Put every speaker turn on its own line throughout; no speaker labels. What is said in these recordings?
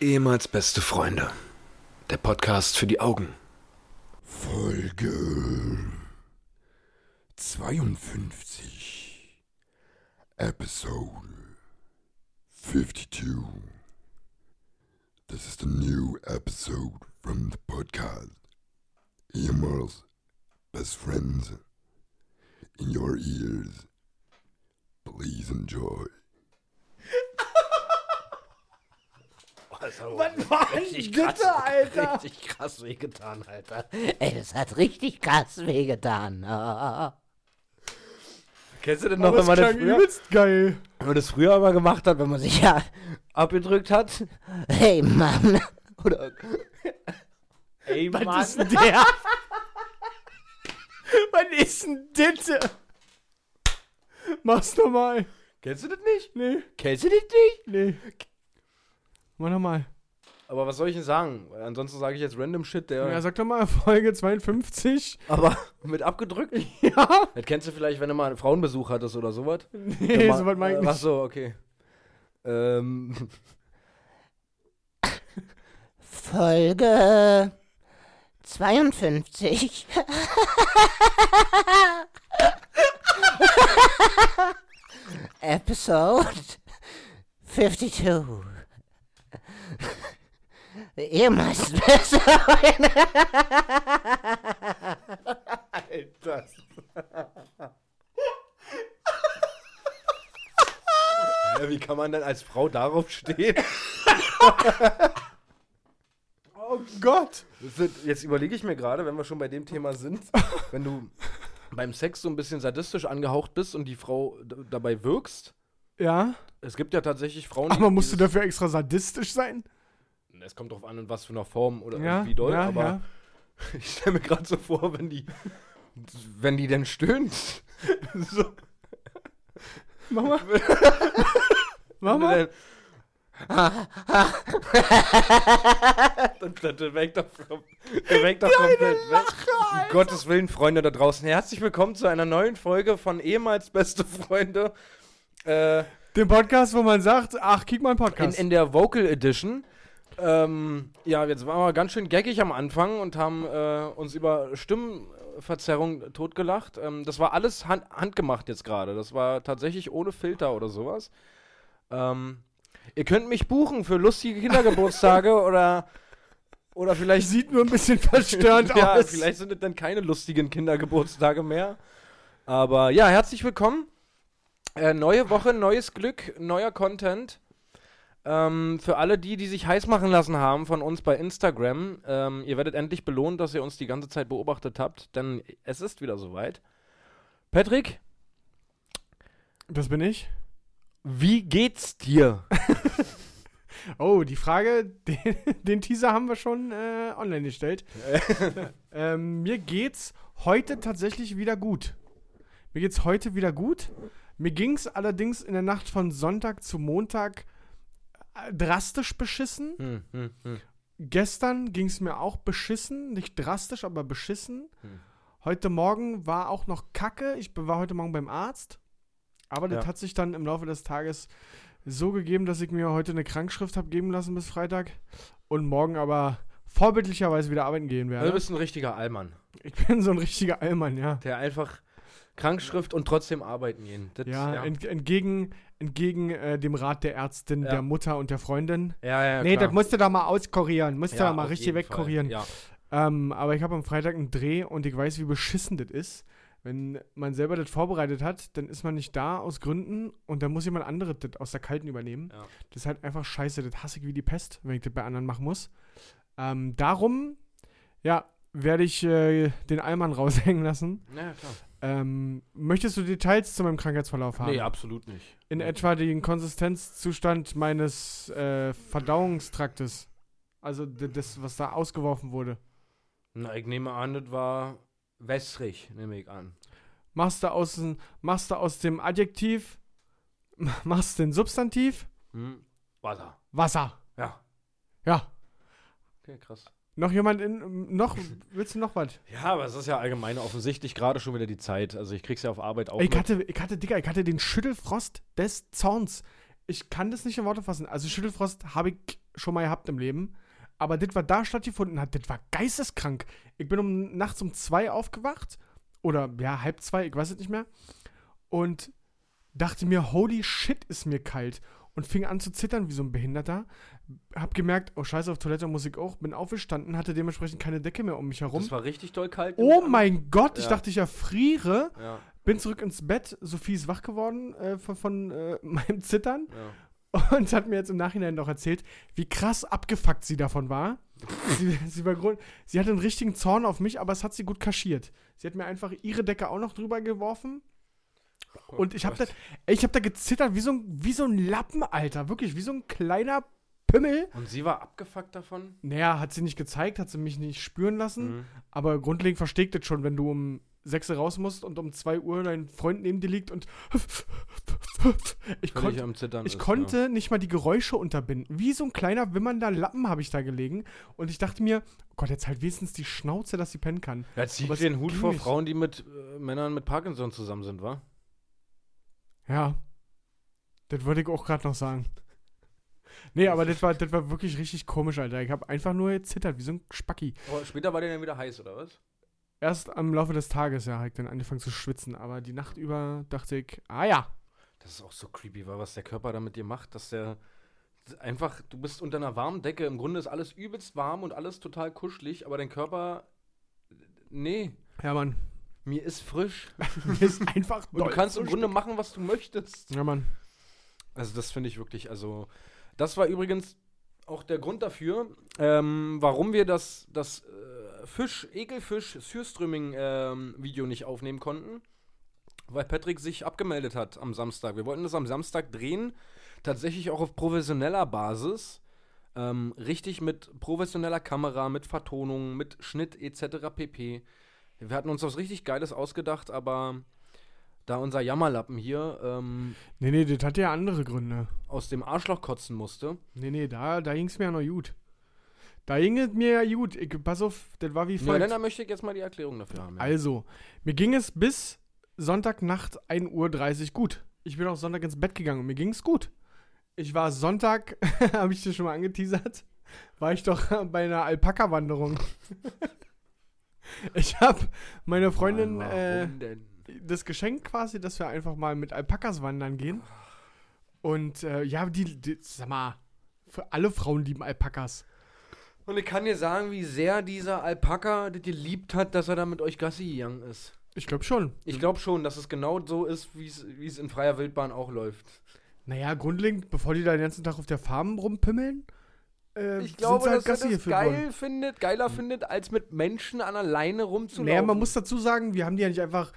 Ehemals beste Freunde. Der Podcast für die Augen.
Folge 52 Episode 52 This is the new episode from the podcast Ehemals Best Friends in your ears Please enjoy
Was war denn das, Alter?
Richtig krass wehgetan, Alter. Ey, das hat richtig krass wehgetan. Ah. Kennst du denn noch, wenn
Aber
man
das
das,
klang
früher,
übelst geil.
wenn man das früher mal gemacht hat, wenn man sich ja abgedrückt hat? Hey, Mann. Oder. Ey, Mann.
Was ist denn der? Wann ist denn Ditte? Mach's nochmal.
Kennst du das nicht?
Nee,
Kennst du das nicht?
nee. Mach nochmal.
Aber was soll ich denn sagen? Weil ansonsten sage ich jetzt random Shit, der.
Ja, sag doch mal Folge 52.
aber mit abgedrückt?
Ja.
Das kennst du vielleicht, wenn du mal einen Frauenbesuch hattest oder sowas?
Nee,
Ma-
so was mein ich
äh, Ach
nicht.
so, okay. Ähm.
Folge 52. Episode 52. Ihr müsst besser sein.
Das. Hä, wie kann man denn als Frau darauf stehen?
Oh Gott.
Das ist- Jetzt überlege ich mir gerade, wenn wir schon bei dem Thema sind, wenn du beim Sex so ein bisschen sadistisch angehaucht bist und die Frau d- dabei wirkst.
Ja.
Es gibt ja tatsächlich Frauen,
Aber musst du
dieses-
dafür extra sadistisch sein?
Es kommt drauf an, in was für einer Form oder
Ja.
Äh, wie doll,
ja,
aber
ja.
ich stelle mir gerade so vor, wenn die. Wenn die denn stöhnt. So,
Mach mal. Mach
wenn
mal.
die Dann, dann, dann weg doch, kom- dann weg doch komplett weg. ne? Um Gottes Willen, Freunde da draußen. Herzlich willkommen zu einer neuen Folge von ehemals beste Freunde. Äh,
Den Podcast, wo man sagt, ach, kick mal einen
in,
Podcast.
in der Vocal Edition. Ähm, ja, jetzt waren wir ganz schön geckig am Anfang und haben äh, uns über Stimmenverzerrung totgelacht. Ähm, das war alles hand, handgemacht jetzt gerade. Das war tatsächlich ohne Filter oder sowas. Ähm, ihr könnt mich buchen für lustige Kindergeburtstage oder, oder vielleicht
Sieht nur ein bisschen verstörend
ja,
aus.
Vielleicht sind es dann keine lustigen Kindergeburtstage mehr. Aber ja, herzlich willkommen. Äh, neue Woche, neues Glück, neuer Content. Ähm, für alle die, die sich heiß machen lassen haben von uns bei Instagram, ähm, ihr werdet endlich belohnt, dass ihr uns die ganze Zeit beobachtet habt, denn es ist wieder soweit. Patrick,
Das bin ich.
wie geht's dir?
Oh, die Frage, den, den Teaser haben wir schon äh, online gestellt. ähm, mir geht's heute tatsächlich wieder gut. Mir geht's heute wieder gut. Mir ging's allerdings in der Nacht von Sonntag zu Montag äh, drastisch beschissen.
Hm, hm, hm.
Gestern ging's mir auch beschissen. Nicht drastisch, aber beschissen.
Hm.
Heute Morgen war auch noch Kacke. Ich be- war heute Morgen beim Arzt. Aber das
Ja.
hat sich dann im Laufe des Tages so gegeben, dass ich mir heute eine Krankschrift habe geben lassen bis Freitag. Und morgen aber vorbildlicherweise wieder arbeiten gehen
Also Du
werde.
bist ein richtiger Allmann,
Ich bin so ein richtiger Allmann, ja.
der einfach Krankschrift und trotzdem arbeiten gehen. Das-
Ja, Ent entgegen, entgegen äh, dem Rat der Ärztin,
Ja.
der Mutter und der Freundin.
ja, ja,
nee,
klar.
das musst du da mal auskurieren. Musst du da mal
auf
richtig
jeden
wegkurieren.
Fall. Ja.
Ähm, aber ich habe am Freitag einen Dreh und ich weiß, wie beschissen das ist. Wenn man selber das vorbereitet hat, dann ist man nicht da aus Gründen und dann muss jemand anderes das aus der Kalten übernehmen.
Ja.
Das ist halt einfach scheiße, das hasse ich wie die Pest, wenn ich das bei anderen machen muss. Ähm, darum, ja, werde ich äh, den Allmann raushängen lassen.
Naja, klar.
Ähm, möchtest du Details zu meinem Krankheitsverlauf haben?
Nee, absolut nicht.
In etwa den Konsistenzzustand meines äh, Verdauungstraktes. Also d- das, was da ausgeworfen wurde.
Na, ich nehme an, das war wässrig, nehme ich an.
Machst du aus, dem- machst du aus dem Adjektiv, machst den Substantiv,
Hm? Wasser.
Wasser.
Ja.
Ja.
Okay, krass.
Noch jemand in, noch, willst du noch was?
Ja, aber es ist ja allgemein offensichtlich gerade schon wieder die Zeit. Also ich krieg's ja auf Arbeit auch
Ich
mit.
hatte, ich hatte, Digga, ich hatte den Schüttelfrost des Zorns. Ich kann das nicht in Worte fassen. Also Schüttelfrost habe ich schon mal gehabt im Leben. Aber das, was da stattgefunden hat, das war geisteskrank. Ich bin um, nachts um zwei aufgewacht. Oder ja, halb zwei, ich weiß es nicht mehr. Und dachte mir, holy shit, ist mir kalt. Und fing an zu zittern wie so ein Behinderter. Hab gemerkt, oh scheiße, auf Toilette muss ich auch. Bin aufgestanden, hatte dementsprechend keine Decke mehr um mich herum.
Das war richtig doll kalt.
Oh mein Gott, ich
Ja.
dachte, ich erfriere.
Ja,
Bin zurück ins Bett. Sophie ist wach geworden äh, von, von äh, meinem Zittern
ja.
und hat mir jetzt im Nachhinein noch erzählt, wie krass abgefuckt sie davon war. sie, sie, war grund sie hatte einen richtigen Zorn auf mich, aber es hat sie gut kaschiert. Sie hat mir einfach ihre Decke auch noch drüber geworfen.
Oh
Und ich habe da, ich hab da gezittert wie so, ein, wie so ein Lappen, Alter. Wirklich, wie so ein kleiner Pimmel.
Und sie war abgefuckt davon?
Naja, hat sie nicht gezeigt, hat sie mich nicht spüren lassen. Aber grundlegend versteht das schon, wenn du um 6 Uhr raus musst und um 2 Uhr dein Freund neben dir liegt und ich,
Völlig
konnt,
am Zittern
ich
ist,
konnte nicht mal die Geräusche unterbinden. Wie so ein kleiner wimmernder Lappen habe ich da gelegen und ich dachte mir, oh Gott, jetzt halt wenigstens die Schnauze, dass sie pennen kann.
Ja. Ja, zieht
Aber es
den Hut
ging
vor
nicht.
Frauen, die mit äh, Männern mit Parkinson zusammen sind, wa?
Ja. Das wollte ich auch gerade noch sagen. Nee, aber das war, das war wirklich richtig komisch, Alter. Ich habe einfach nur gezittert, wie so ein Spacki.
Aber später war der dann wieder heiß, oder was?
Erst am Laufe des Tages, ja, habe ich dann angefangen zu schwitzen. Aber die Nacht über dachte ich, ah ja,
Das ist auch so creepy, weil was der Körper damit dir macht, dass der einfach, du bist unter einer warmen Decke, im Grunde ist alles übelst warm und alles total kuschelig, aber dein Körper, nee,
ja, Mann.
mir ist frisch.
Mir ist einfach
Und du
doll
kannst im
zu
Grunde machen, was du möchtest.
sch- Ja, Mann.
Also das finde ich wirklich, also das war übrigens auch der Grund dafür, ähm, warum wir das, das äh, Fisch, Ekelfisch, Sürströming ähm, Video nicht aufnehmen konnten, weil Patrick sich abgemeldet hat am Samstag. Wir wollten das am Samstag drehen, tatsächlich auch auf professioneller Basis. Ähm, richtig mit professioneller Kamera, mit Vertonung, mit Schnitt etc. pp. Wir hatten uns was richtig Geiles ausgedacht, aber da unser Jammerlappen hier ähm,
Nee, nee, das hatte ja andere Gründe.
aus dem Arschloch kotzen musste.
Nee, nee, da, da ging es mir ja noch gut. Da ging es mir ja gut. Ich, pass auf, das war wie
Na,
folgt.
dann da möchte ich jetzt mal die Erklärung dafür haben. Ja.
Also, mir ging es bis Sonntagnacht 1.30 Uhr gut. Ich bin auch Sonntag ins Bett gegangen und mir ging es gut. Ich war Sonntag, habe ich dir schon mal angeteasert, war ich doch bei einer Alpaka-Wanderung. ich habe meine Freundin
Mann,
äh,
warum denn?
das Geschenk quasi, dass wir einfach mal mit Alpakas wandern gehen. Und äh, ja, die, die, sag mal, für alle Frauen lieben Alpakas.
Und ich kann dir sagen, wie sehr dieser Alpaka das geliebt hat, dass er da mit euch Gassi gegangen ist.
Ich glaube schon.
Ich glaube schon, dass es genau so ist, wie es wie es in freier Wildbahn auch läuft.
Naja, grundlegend, bevor die da den ganzen Tag auf der Farm rumpimmeln, äh,
Ich glaube,
sind sie halt
dass er
Gassi
das
geführt
geil
worden.
findet, geiler findet, als mit Menschen an alleine rumzulaufen.
Naja, man muss dazu sagen, wir haben die ja nicht einfach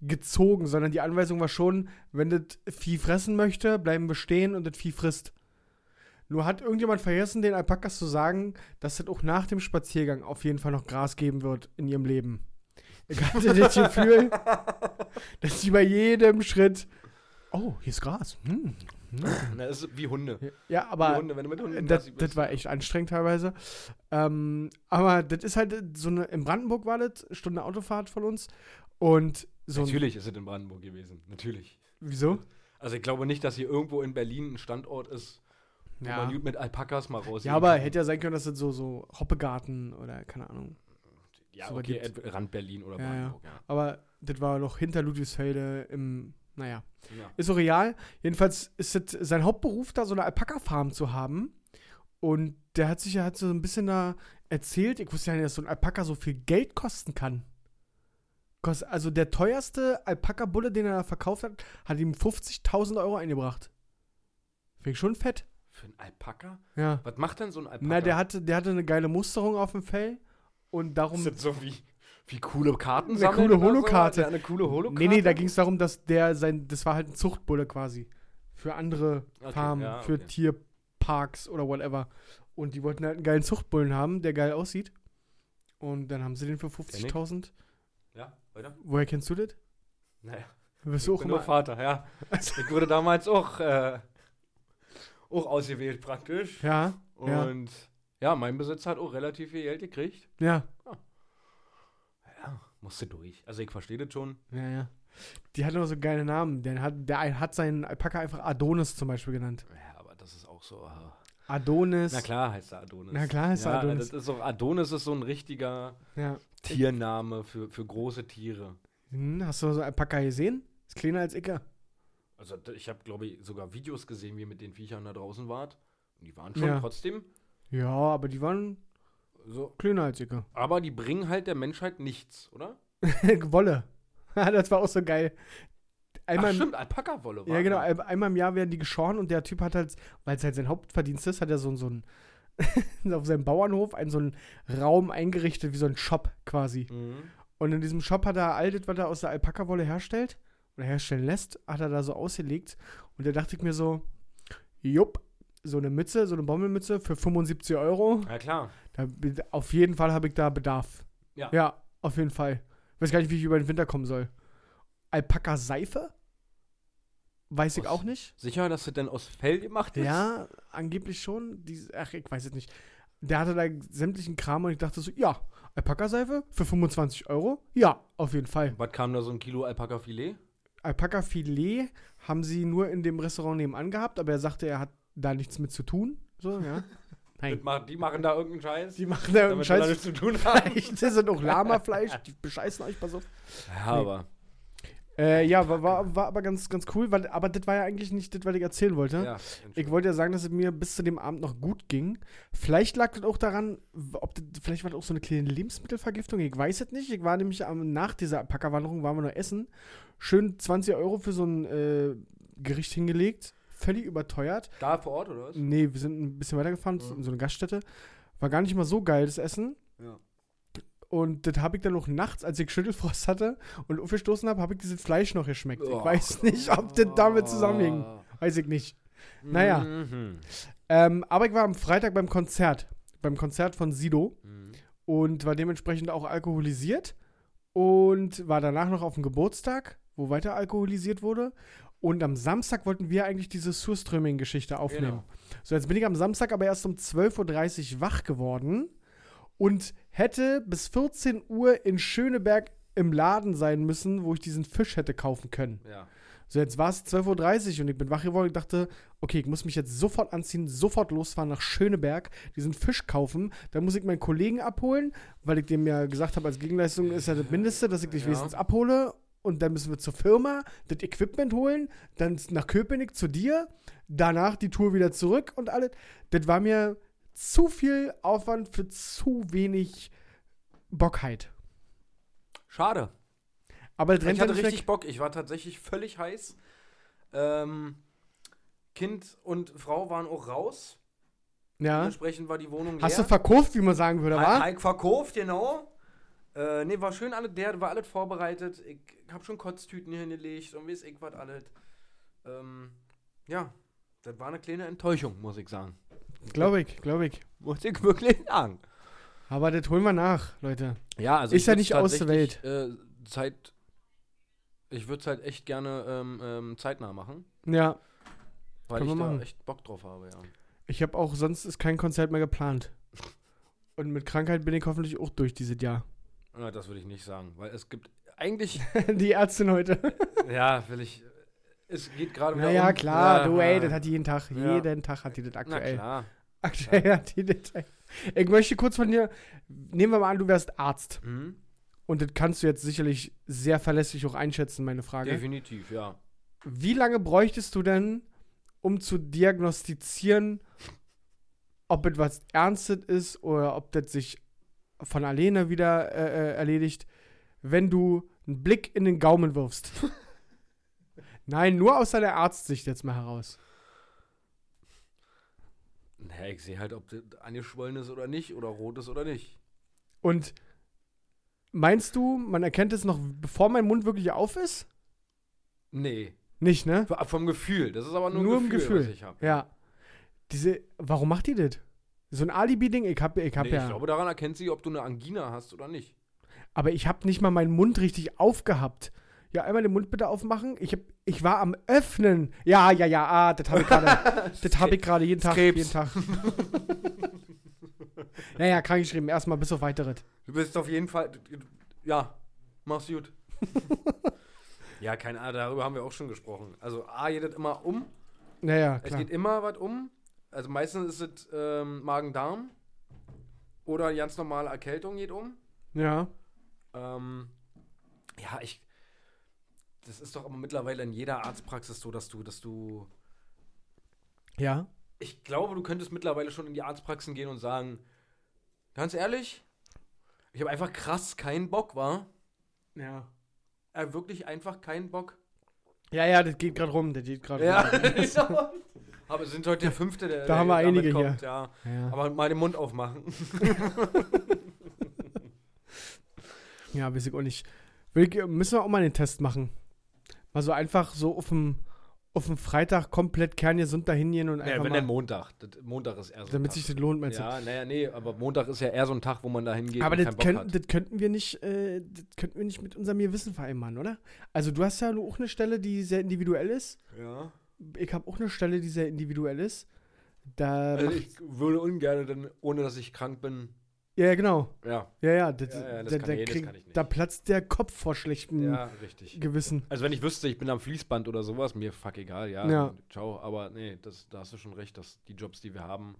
gezogen, sondern die Anweisung war schon, wenn das Vieh fressen möchte, bleiben wir stehen und das Vieh frisst. Nur hat irgendjemand vergessen, den Alpakas zu sagen, dass das auch nach dem Spaziergang auf jeden Fall noch Gras geben wird in ihrem Leben. Ich hatte das Gefühl, dass sie bei jedem Schritt, oh, hier ist Gras. Hm.
Na, das ist wie Hunde.
Ja,
Wie
aber
Hunde, wenn du mit
Äh,
Hunden
Das,
Gassi bist.
das war echt anstrengend teilweise. Ähm, aber das ist halt so eine, in Brandenburg war das, Stunde Autofahrt von uns. Und so ein,
Natürlich ist es in Brandenburg gewesen. Natürlich.
wieso?
Also ich glaube nicht, dass hier irgendwo in Berlin ein Standort ist, wo
Ja.
man gut mit Alpakas mal raus.
ja, aber hätte ja sein können, dass das so, so Hoppegarten oder keine Ahnung.
Ja,
Sogar
okay,
gibt-
Ed- Rand Berlin oder
Ja, ja.
Brandenburg, ja.
Aber das war noch hinter Ludwigsfelde im, naja.
Ja.
Ist so real. Jedenfalls ist es sein Hauptberuf, da so eine Alpaka-Farm zu haben. Und der hat sich ja hat so ein bisschen da erzählt, ich wusste ja nicht, dass so ein Alpaka so viel Geld kosten kann. Kost- Also der teuerste Alpaka-Bulle, den er da verkauft hat, hat ihm 50.000 Euro eingebracht. Finde ich schon fett.
Für einen Alpaka?
Ja.
Was macht denn so ein Alpaka?
Na, der hatte, der hatte eine geile Musterung auf dem Fell. Und darum.
Ist das so wie, wie coole Karten
Eine
sammeln
coole
oder so?
Holokarte.
Ja, eine coole Holokarte.
Nee, nee, da ging es darum, dass der sein, das war halt ein Zuchtbulle quasi. Für andere
Okay,
Farmen,
ja,
für
okay.
Tierparks oder whatever. Und die wollten halt einen geilen Zuchtbullen haben, der geil aussieht. Und dann haben sie den für 50.000.
Ja, oder?
Woher kennst du das?
Naja,
Wirst
ich
du auch
bin nur
immer.
Vater, ja. Ich wurde damals auch, äh, auch ausgewählt praktisch.
Ja, ja.
Und ja. mein Besitzer hat auch relativ viel Geld gekriegt.
ja,
Ja, musste durch. Also ich verstehe das schon.
ja, ja. Die hatten auch so geile Namen. Der, hat, der ein- hat seinen Alpaka einfach Adonis zum Beispiel genannt.
Ja, aber das ist auch so. äh,
Adonis.
Na klar heißt er Adonis.
Na klar heißt er
ja,
Adonis.
Das ist so, Adonis ist so ein richtiger
Ja.
Tiername für, für große Tiere.
Hm, hast du so Alpaka gesehen? Ist kleiner als Icke.
Also d- ich habe, glaube ich, sogar Videos gesehen, wie ihr mit den Viechern da draußen wart. Und Die waren schon
Ja.
trotzdem
Ja, aber die waren
so.
kleiner als Icke.
Aber die bringen halt der Menschheit nichts, oder?
Wolle. Ja, das war auch so geil. Einmal
Ach,
im-
stimmt, Alpaka-Wolle war.
ja, genau.
da.
ein- Einmal im Jahr werden die geschoren und der Typ hat halt, weil es halt sein Hauptverdienst ist, hat er so, ein- so einen, auf seinem Bauernhof einen so einen Raum eingerichtet, wie so ein Shop quasi.
Mhm.
Und in diesem Shop hat er all das, was er aus der Alpaka-Wolle herstellt oder herstellen lässt, hat er da so ausgelegt. Und da dachte ich mir so, jupp, so eine Mütze, so eine Bommelmütze für 75 Euro.
Ja, klar.
Da, auf jeden Fall habe ich da Bedarf.
Ja.
Ja, auf jeden Fall. Ich weiß gar nicht, wie ich über den Winter kommen soll. Alpaka-Seife? Weiß ich
Aus-
auch nicht.
Sicher, dass das denn aus Fell gemacht ist?
Ja, angeblich schon. Die, ach, ich weiß es nicht. Der hatte da sämtlichen Kram und ich dachte so, ja, Alpaka-Seife für 25 Euro? Ja, auf jeden Fall.
Was kam da so ein Kilo Alpaka-Filet?
Alpaka-Filet haben sie nur in dem Restaurant nebenan gehabt, aber er sagte, er hat da nichts mit zu tun. So, ja.
Das ma- Die machen da irgendeinen Scheiß.
Die machen da irgendeinen
damit wir da
Scheiß.
nichts zu tun haben.
Das sind auch Lama-Fleisch, die bescheißen euch, pass auf.
Ja, aber.
Äh, ja, war, war, war aber ganz, ganz cool, weil, aber das war ja eigentlich nicht das, was ich erzählen wollte.
Ja,
ne? Ich wollte ja sagen, dass es mir bis zu dem Abend noch gut ging. Vielleicht lag das auch daran, w- ob das, vielleicht war das auch so eine kleine Lebensmittelvergiftung. Ich weiß es nicht. Ich war nämlich am, nach dieser Packerwanderung, waren wir noch essen. Schön 20 Euro für so ein äh, Gericht hingelegt. Völlig überteuert.
da vor Ort, oder was?
Nee, wir sind ein bisschen weitergefahren
Mhm.
in so eine Gaststätte. War gar nicht mal so geil, das Essen.
Ja.
Und das habe ich dann noch nachts, als ich Schüttelfrost hatte und aufgestoßen habe, habe ich dieses Fleisch noch geschmeckt. Ich
Oh.
weiß nicht, ob das damit zusammenhing. Weiß ich nicht. Naja.
Ah. Mhm.
Ähm, aber ich war am Freitag beim Konzert. Beim Konzert von Sido
Mhm.
und war dementsprechend auch alkoholisiert und war danach noch auf dem Geburtstag, wo weiter alkoholisiert wurde. Und am Samstag wollten wir eigentlich diese Surströming-Geschichte aufnehmen. So, jetzt bin ich am Samstag aber erst um 12.30 Uhr wach geworden und hätte bis 14 Uhr in Schöneberg im Laden sein müssen, wo ich diesen Fisch hätte kaufen können.
Ja.
So, jetzt war es 12.30 Uhr und ich bin wach geworden und dachte, okay, ich muss mich jetzt sofort anziehen, sofort losfahren nach Schöneberg, diesen Fisch kaufen. Dann muss ich meinen Kollegen abholen, weil ich dem ja gesagt habe, als Gegenleistung ist ja das Mindeste, dass ich dich
Ja.
wenigstens abhole. Und dann müssen wir zur Firma das Equipment holen, dann nach Köpenick zu dir, danach die Tour wieder zurück und alles. Das war mir zu viel Aufwand für zu wenig Bockheit.
Schade.
Aber das rennt
Ich
ja
hatte
nicht
richtig
weg.
Bock. Ich war tatsächlich völlig heiß. Ähm, kind und Frau waren auch raus.
Ja.
Dementsprechend war die Wohnung
Hast du
leer.
verkauft, wie man sagen würde, wa?
Hike verkauft, genau. Äh, nee, war schön alles der, war alles vorbereitet. Ich hab schon Kotztüten hier hingelegt und weiß ich was alles. Ähm, ja, das war eine kleine Enttäuschung, muss ich sagen.
Glaube ich, glaube ich.
Muss ich wirklich sagen.
Aber das holen wir nach, Leute.
Ja, also
Ist
ich
ja
würd's
nicht aus der
tatsächlich, Äh, Zeit, ich würde es halt echt gerne ähm, ähm, zeitnah machen,
Ja,
weil
Können
ich
wir
da
machen.
echt Bock drauf habe, ja.
ich habe auch, sonst ist kein Konzert mehr geplant. Und mit Krankheit bin ich hoffentlich auch durch dieses Jahr.
ja Ah, das würde ich nicht sagen, weil es gibt eigentlich,
die Ärztin heute.
ja, will ich, es geht gerade wieder
Naja,
um-
klar,
Ja,
du, ey,
ja.
das hat die jeden Tag.
Ja.
Jeden Tag hat die das
Na
aktuell.
klar.
Aktuell hat die das. Ich möchte kurz von dir, nehmen wir mal an, du wärst Arzt.
Mhm.
Und das kannst du jetzt sicherlich sehr verlässlich auch einschätzen, meine Frage.
Definitiv, ja.
Wie lange bräuchtest du denn, um zu diagnostizieren, ob etwas Ernstes ist oder ob das sich von alleine wieder äh, äh, erledigt, wenn du einen Blick in den Gaumen wirfst? Nein, nur aus deiner Arztsicht jetzt mal heraus.
Naja, ich sehe halt, ob das angeschwollen ist oder nicht oder rot ist oder nicht.
Und meinst du, man erkennt es noch, bevor mein Mund wirklich auf ist?
Nee,
Nicht, ne?
V- vom Gefühl, das ist aber nur,
Nur
ein
im
Gefühl,
Gefühl.
was ich habe.
Ja. Diese, warum macht die das? So ein Alibi-Ding? Ich hab, ich hab
nee,
ja.
Ich glaube, daran erkennt sie, ob du eine Angina hast oder nicht.
Aber ich habe nicht mal meinen Mund richtig aufgehabt. Ja, einmal den Mund bitte aufmachen. Ich, hab, ich war am Öffnen. Ja, ja, ja, ah, das habe ich gerade. das habe ich gerade jeden Tag.
Krebs.
Jeden Tag. naja, krankgeschrieben. Erstmal bis auf weiteres.
Du bist auf jeden Fall. Ja, mach's gut. ja, ah, keine Ahnung, darüber haben wir auch schon gesprochen. Also, A, geht das immer um.
Naja,
Es
klar.
geht immer was um. Also meistens ist es ähm, Magen-Darm oder ganz normale Erkältung geht um.
Ja.
Ähm, ja, ich. Das ist doch aber mittlerweile in jeder Arztpraxis so, dass du, dass du.
Ja.
Ich glaube, du könntest mittlerweile schon in die Arztpraxen gehen und sagen, ganz ehrlich, ich habe einfach krass keinen Bock, war.
Ja.
Äh, wirklich einfach keinen Bock.
Ja, ja, das geht gerade rum, das geht gerade
Ja,
rum.
genau. Aber es sind heute der fünfte, der.
Da
der
haben wir
damit
einige
kommt, Ja.
Ja.
Aber mal den Mund aufmachen.
Ja, weiß ich auch nicht. Will, ich- müssen wir auch mal den Test machen. Mal so einfach so auf dem, auf dem Freitag komplett kerngesund dahin gehen und einfach mal,
Montag. Das- Montag ist eher so. ein
damit
Tag.
sich das lohnt, meinst
Ja, naja, nee, aber Montag ist ja eher so ein Tag, wo man da hingeht
du? Aber
und keinen
das,
Bock
können,
hat.
das könnten wir nicht, äh, das könnten wir nicht mit unserem Gewissen vereinbaren, oder? Also du hast ja auch eine Stelle, die sehr individuell ist.
Ja.
Ich habe auch eine Stelle, die sehr individuell ist. Da
Also
macht-
ich würde ungern, dann, ohne dass ich krank bin.
ja, ja, genau.
Ja,
Ja, ja, das,
Ja, ja, das
da,
kann
da,
ich- das
krieg,
kann ich nicht.
da platzt der Kopf vor schlechtem
richtig.
Gewissen.
Also wenn ich wüsste, ich bin am Fließband oder sowas, mir fuck egal, ja.
Ja.
Ciao, aber nee, das, da hast du schon recht, dass die Jobs, die wir haben,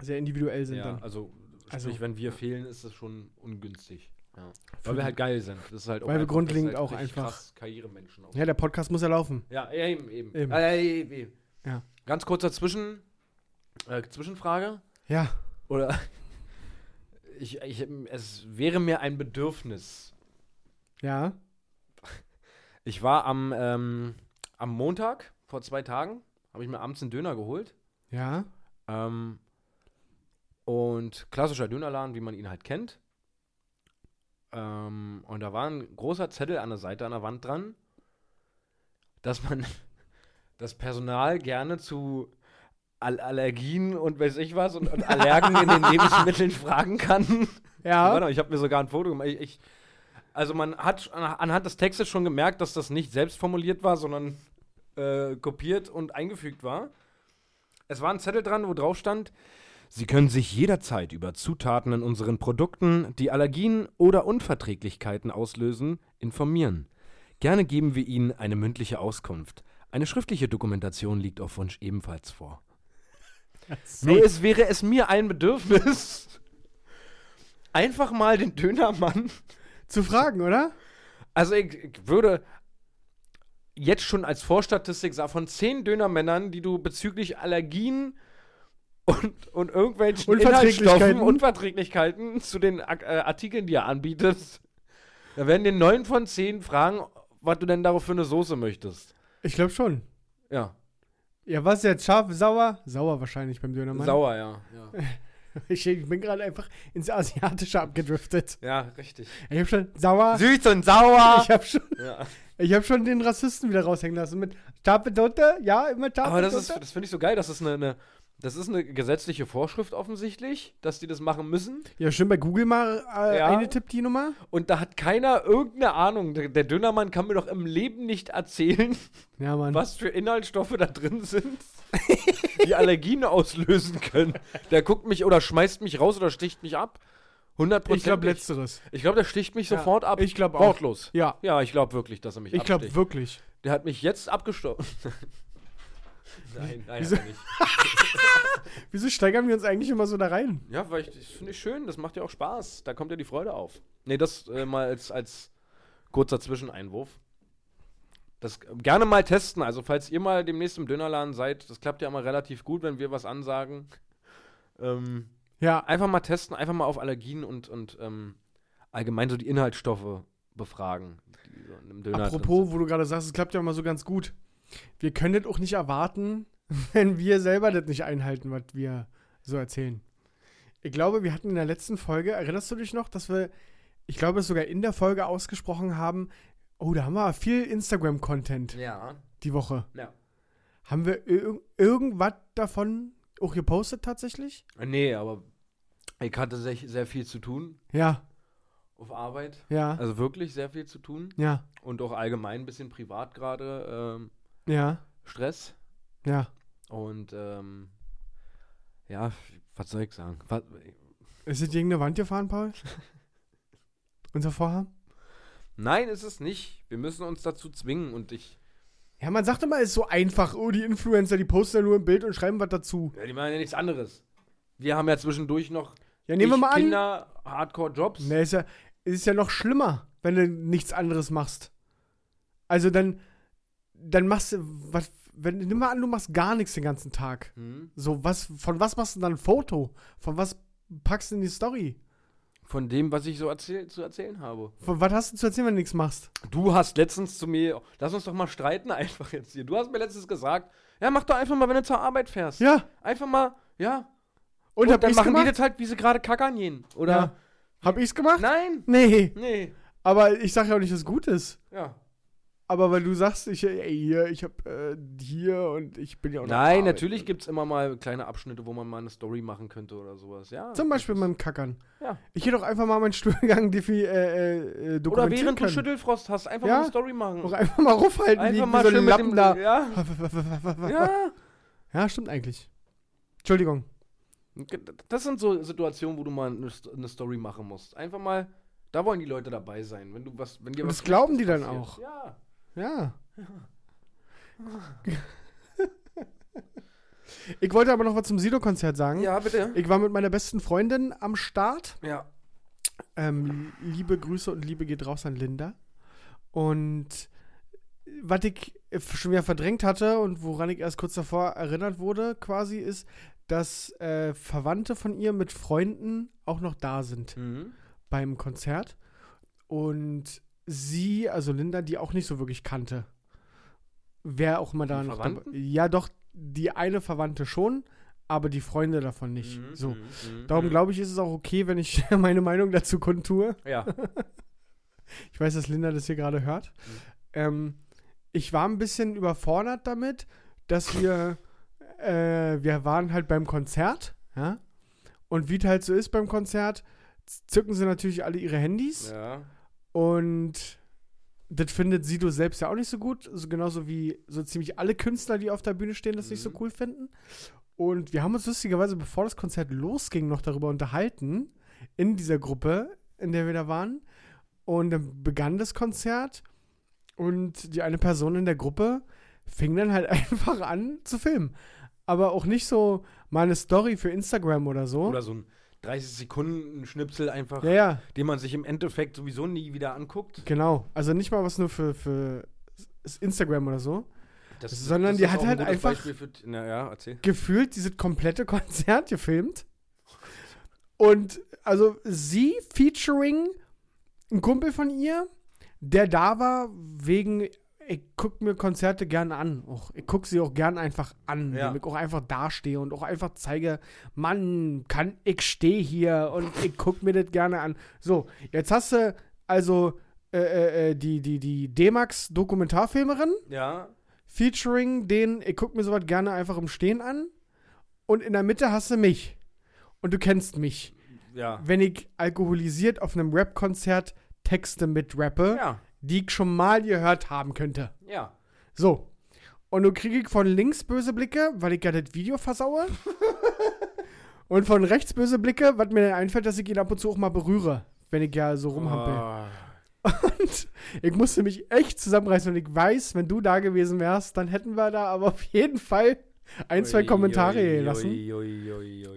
Sehr individuell sind
ja,
dann.
also sprich,
Also-
wenn wir fehlen, ist das schon ungünstig. Ja.
Für
Weil wir
die-
halt geil sind. Das ist halt auch
Weil wir
einfach-
grundlegend
das ist
auch
richtig
einfach-
krass Karrieremenschen auch.
Ja, der Podcast muss ja laufen.
Ja, ja, eben, eben.
Eben.
Ah, ja, eben, eben.
Ja.
Ganz kurzer Zwischen, äh, Zwischenfrage.
Ja.
Oder ich, ich, es wäre mir ein Bedürfnis.
Ja.
Ich war am, ähm, am Montag vor zwei Tagen, habe ich mir abends einen Döner geholt.
Ja.
Ähm, und klassischer Dönerladen, wie man ihn halt kennt. Ähm, und da war ein großer Zettel an der Seite, an der Wand dran, dass man das Personal gerne zu Al Allergien und weiß ich was und, und Allergen in den Lebensmitteln fragen kann. Warte
Ja.
mal, ich habe mir sogar ein Foto gemacht. Ich, ich, also man hat sch- an- anhand des Textes schon gemerkt, dass das nicht selbst formuliert war, sondern äh, kopiert und eingefügt war. Es war ein Zettel dran, wo drauf stand, Sie können sich jederzeit über Zutaten in unseren Produkten, die Allergien oder Unverträglichkeiten auslösen, informieren. Gerne geben wir Ihnen eine mündliche Auskunft. Eine schriftliche Dokumentation liegt auf Wunsch ebenfalls vor. Nur es wäre es mir ein Bedürfnis, einfach mal den Dönermann.
Zu fragen, oder?
Also ich, ich würde jetzt schon als Vorstatistik sagen, von zehn Dönermännern, die du bezüglich Allergien und, und irgendwelchen
Unverträglichkeiten.
Inhaltsstoffen, Unverträglichkeiten zu den Ak- äh, Artikeln, die er anbietet, da werden dir neun von zehn fragen, was du denn darauf für eine Soße möchtest.
Ich glaube schon.
Ja,
Ja, was jetzt? Scharf, sauer? Sauer wahrscheinlich beim Dönermann.
sauer, ja. Ja,
Ich, ich bin gerade einfach ins Asiatische abgedriftet.
ja richtig.
Ich habe schon sauer.
Süß und sauer.
Ich habe schon,
Ja.
ich hab schon den Rassisten wieder raushängen lassen mit Stapeldotte. Ja, immer Stapeldotte.
Aber das ist, das finde ich so geil, das ist eine, eine, das ist eine gesetzliche Vorschrift offensichtlich, dass die das machen müssen.
Ja, schön bei Google mal äh,
Ja.
eingetippt, die Nummer.
Und da hat keiner irgendeine Ahnung. Der, der Dönermann kann mir doch im Leben nicht erzählen,
Ja, Mann.
was für Inhaltsstoffe da drin sind, die Allergien auslösen können. Der guckt mich oder schmeißt mich raus oder sticht mich ab. 100
Ich glaube,
letzte.
letzteres.
Ich glaube, der sticht mich
Ja,
sofort ab.
ich glaub auch.
Wortlos.
Ja,
Ja, ich glaube wirklich, dass er mich
ich glaube
absticht.
wirklich.
Der hat mich jetzt abgestochen. nein, nein,
Wieso?
hat er nicht.
Wieso steigern wir uns eigentlich immer so da rein?
Ja, weil ich, das finde ich schön, das macht ja auch Spaß. Da kommt ja die Freude auf. Nee, das äh, mal als, als kurzer Zwischeneinwurf. Das äh, gerne mal testen. Also, falls ihr mal demnächst im Dönerladen seid, das klappt ja immer relativ gut, wenn wir was ansagen. Ähm,
Ja,
einfach mal testen, einfach mal auf Allergien und, und ähm, allgemein so die Inhaltsstoffe befragen. Die so in einem Döner drin
Apropos,
sind.
wo du gerade sagst, es klappt ja immer so ganz gut. Wir können das auch nicht erwarten, wenn wir selber das nicht einhalten, was wir so erzählen. Ich glaube, wir hatten in der letzten Folge, erinnerst du dich noch, dass wir, ich glaube, es sogar in der Folge ausgesprochen haben, oh, da haben wir viel Instagram-Content
Ja,
die Woche.
ja.
Haben wir ir irgendwas davon auch gepostet tatsächlich?
Äh, Nee, aber ich hatte sehr, sehr viel zu tun
Ja,
auf Arbeit.
ja,
Also wirklich sehr viel zu tun.
ja,
und auch allgemein ein bisschen privat gerade ähm,
ja,
Stress.
ja.
Und ähm, ja, was soll ich sagen? Was,
Ist das gegen eine Wand gefahren, Paul? Unser Vorhaben?
nein, ist es nicht. Wir müssen uns dazu zwingen und ich
Ja, man sagt immer, es ist so einfach. Oh, die Influencer, die posten ja nur ein Bild und schreiben was dazu.
Ja, die machen ja nichts anderes. Wir haben ja zwischendurch noch
Ja, nehmen wir
nicht
mal an.
Kinder, Hardcore-Jobs.
Na, ist ja, es ist ja noch schlimmer, wenn du nichts anderes machst. Also dann, dann machst du, was, wenn, nimm mal an, du machst gar nichts den ganzen Tag.
Hm?
So, was, von was machst du dann ein Foto? Von was packst du in die Story?
Von dem, was ich so erzähl zu erzählen habe.
Von was hast du zu erzählen, wenn du nichts machst?
Du hast letztens zu mir, lass uns doch mal streiten einfach jetzt hier. Du hast mir letztens gesagt, ja, mach doch einfach mal, wenn du zur Arbeit fährst.
Ja,
Einfach mal, ja.
und, hab
dann
ich's
machen
gemacht?
die das halt, wie sie gerade kackern gehen. Oder?
Ja. Hab ich's gemacht?
Nein.
Nee,
Nee.
aber ich sag ja auch nicht, dass es gut ist.
Ja.
Aber weil du sagst, ich, ey, hier, ich hab äh, hier und ich bin ja auch noch auf
Nein,
Arbeit.
natürlich gibt es immer mal kleine Abschnitte, wo man mal eine Story machen könnte oder sowas. Ja.
Zum Beispiel beim Kackern.
Ja.
Ich hätte doch einfach mal meinen Stuhlgang defi äh, äh, dokumentieren
Oder während
können.
du Schüttelfrost hast, einfach
Ja.
mal eine Story machen.
Auch einfach mal raufhalten,
Einfach
wie,
mal
wie so
schön
ein
mit
Lappen
dem,
da.
Ja. ja.
Ja, stimmt eigentlich. Entschuldigung.
Das sind so Situationen, wo du mal eine St- eine Story machen musst. Einfach mal, da wollen die Leute dabei sein. Wenn du was, wenn dir
Und
was
das glauben die
Schlechtes
dann auch.
Ja.
Ja. ich wollte aber noch was zum Sido-Konzert sagen.
Ja, bitte.
Ich war mit meiner besten Freundin am Start.
Ja.
Ähm, liebe Grüße und Liebe geht raus an Linda. Und was ich äh, schon wieder verdrängt hatte und woran ich erst kurz davor erinnert wurde, quasi, ist, dass äh, Verwandte von ihr mit Freunden auch noch da sind
Mhm.
beim Konzert. Und sie, also Linda, die auch nicht so wirklich kannte. Wer auch immer da
Die
noch dabei.
Verwandten?
Ja, doch, die eine Verwandte schon, aber die Freunde davon nicht.
Mhm,
So.
mhm, mhm,
Darum
mhm.
glaube ich, ist es auch okay, wenn ich meine Meinung dazu kundtue.
Ja.
Ich weiß, dass Linda das hier gerade hört. Ähm, ich war ein bisschen überfordert damit, dass wir, äh, wir waren halt beim Konzert, ja. Und wie es halt so ist beim Konzert, z- zücken sie natürlich alle ihre Handys.
ja.
Und das findet Sido selbst ja auch nicht so gut. Also genauso wie so ziemlich alle Künstler, die auf der Bühne stehen, das nicht so
Mhm.
cool finden. Und wir haben uns lustigerweise, bevor das Konzert losging, noch darüber unterhalten, in dieser Gruppe, in der wir da waren. Und dann begann das Konzert und die eine Person in der Gruppe fing dann halt einfach an zu filmen. Aber auch nicht so meine Story für Instagram oder so.
Oder so ein 30-Sekunden-Schnipsel einfach,
ja, ja.
den man sich im Endeffekt sowieso nie wieder anguckt.
Genau, also nicht mal was nur für, für s- Instagram oder so.
Das,
Sondern die
ist
hat
auch ein
halt
gutes
einfach-
Beispiel Für, na ja, erzähl.
Gefühlt dieses komplette Konzert gefilmt. Und also sie featuring ein Kumpel von ihr, der da war wegen, ich guck mir Konzerte gerne an. Auch, ich guck sie auch gern einfach an,
Ja.
indem ich auch einfach dastehe und auch einfach zeige, Mann, kann ich stehe hier und ich guck mir das gerne an. So, jetzt hast du also äh, äh, äh, die, die, die D-Max-Dokumentarfilmerin
Ja.
featuring den, ich guck mir sowas gerne einfach im Stehen an. Und in der Mitte hast du mich. Und du kennst mich.
Ja.
Wenn ich alkoholisiert auf einem Rap-Konzert Texte mit rappe,
Ja.
die ich schon mal gehört haben könnte.
Ja.
So. Und nun kriege ich von links böse Blicke, weil ich ja das Video versaue. und von rechts böse Blicke, was mir dann einfällt, dass ich ihn ab und zu auch mal berühre, wenn ich ja so rumhampel.
Ah.
Und ich musste mich echt zusammenreißen und ich weiß, wenn du da gewesen wärst, dann hätten wir da aber auf jeden Fall ein, zwei Kommentare gelassen.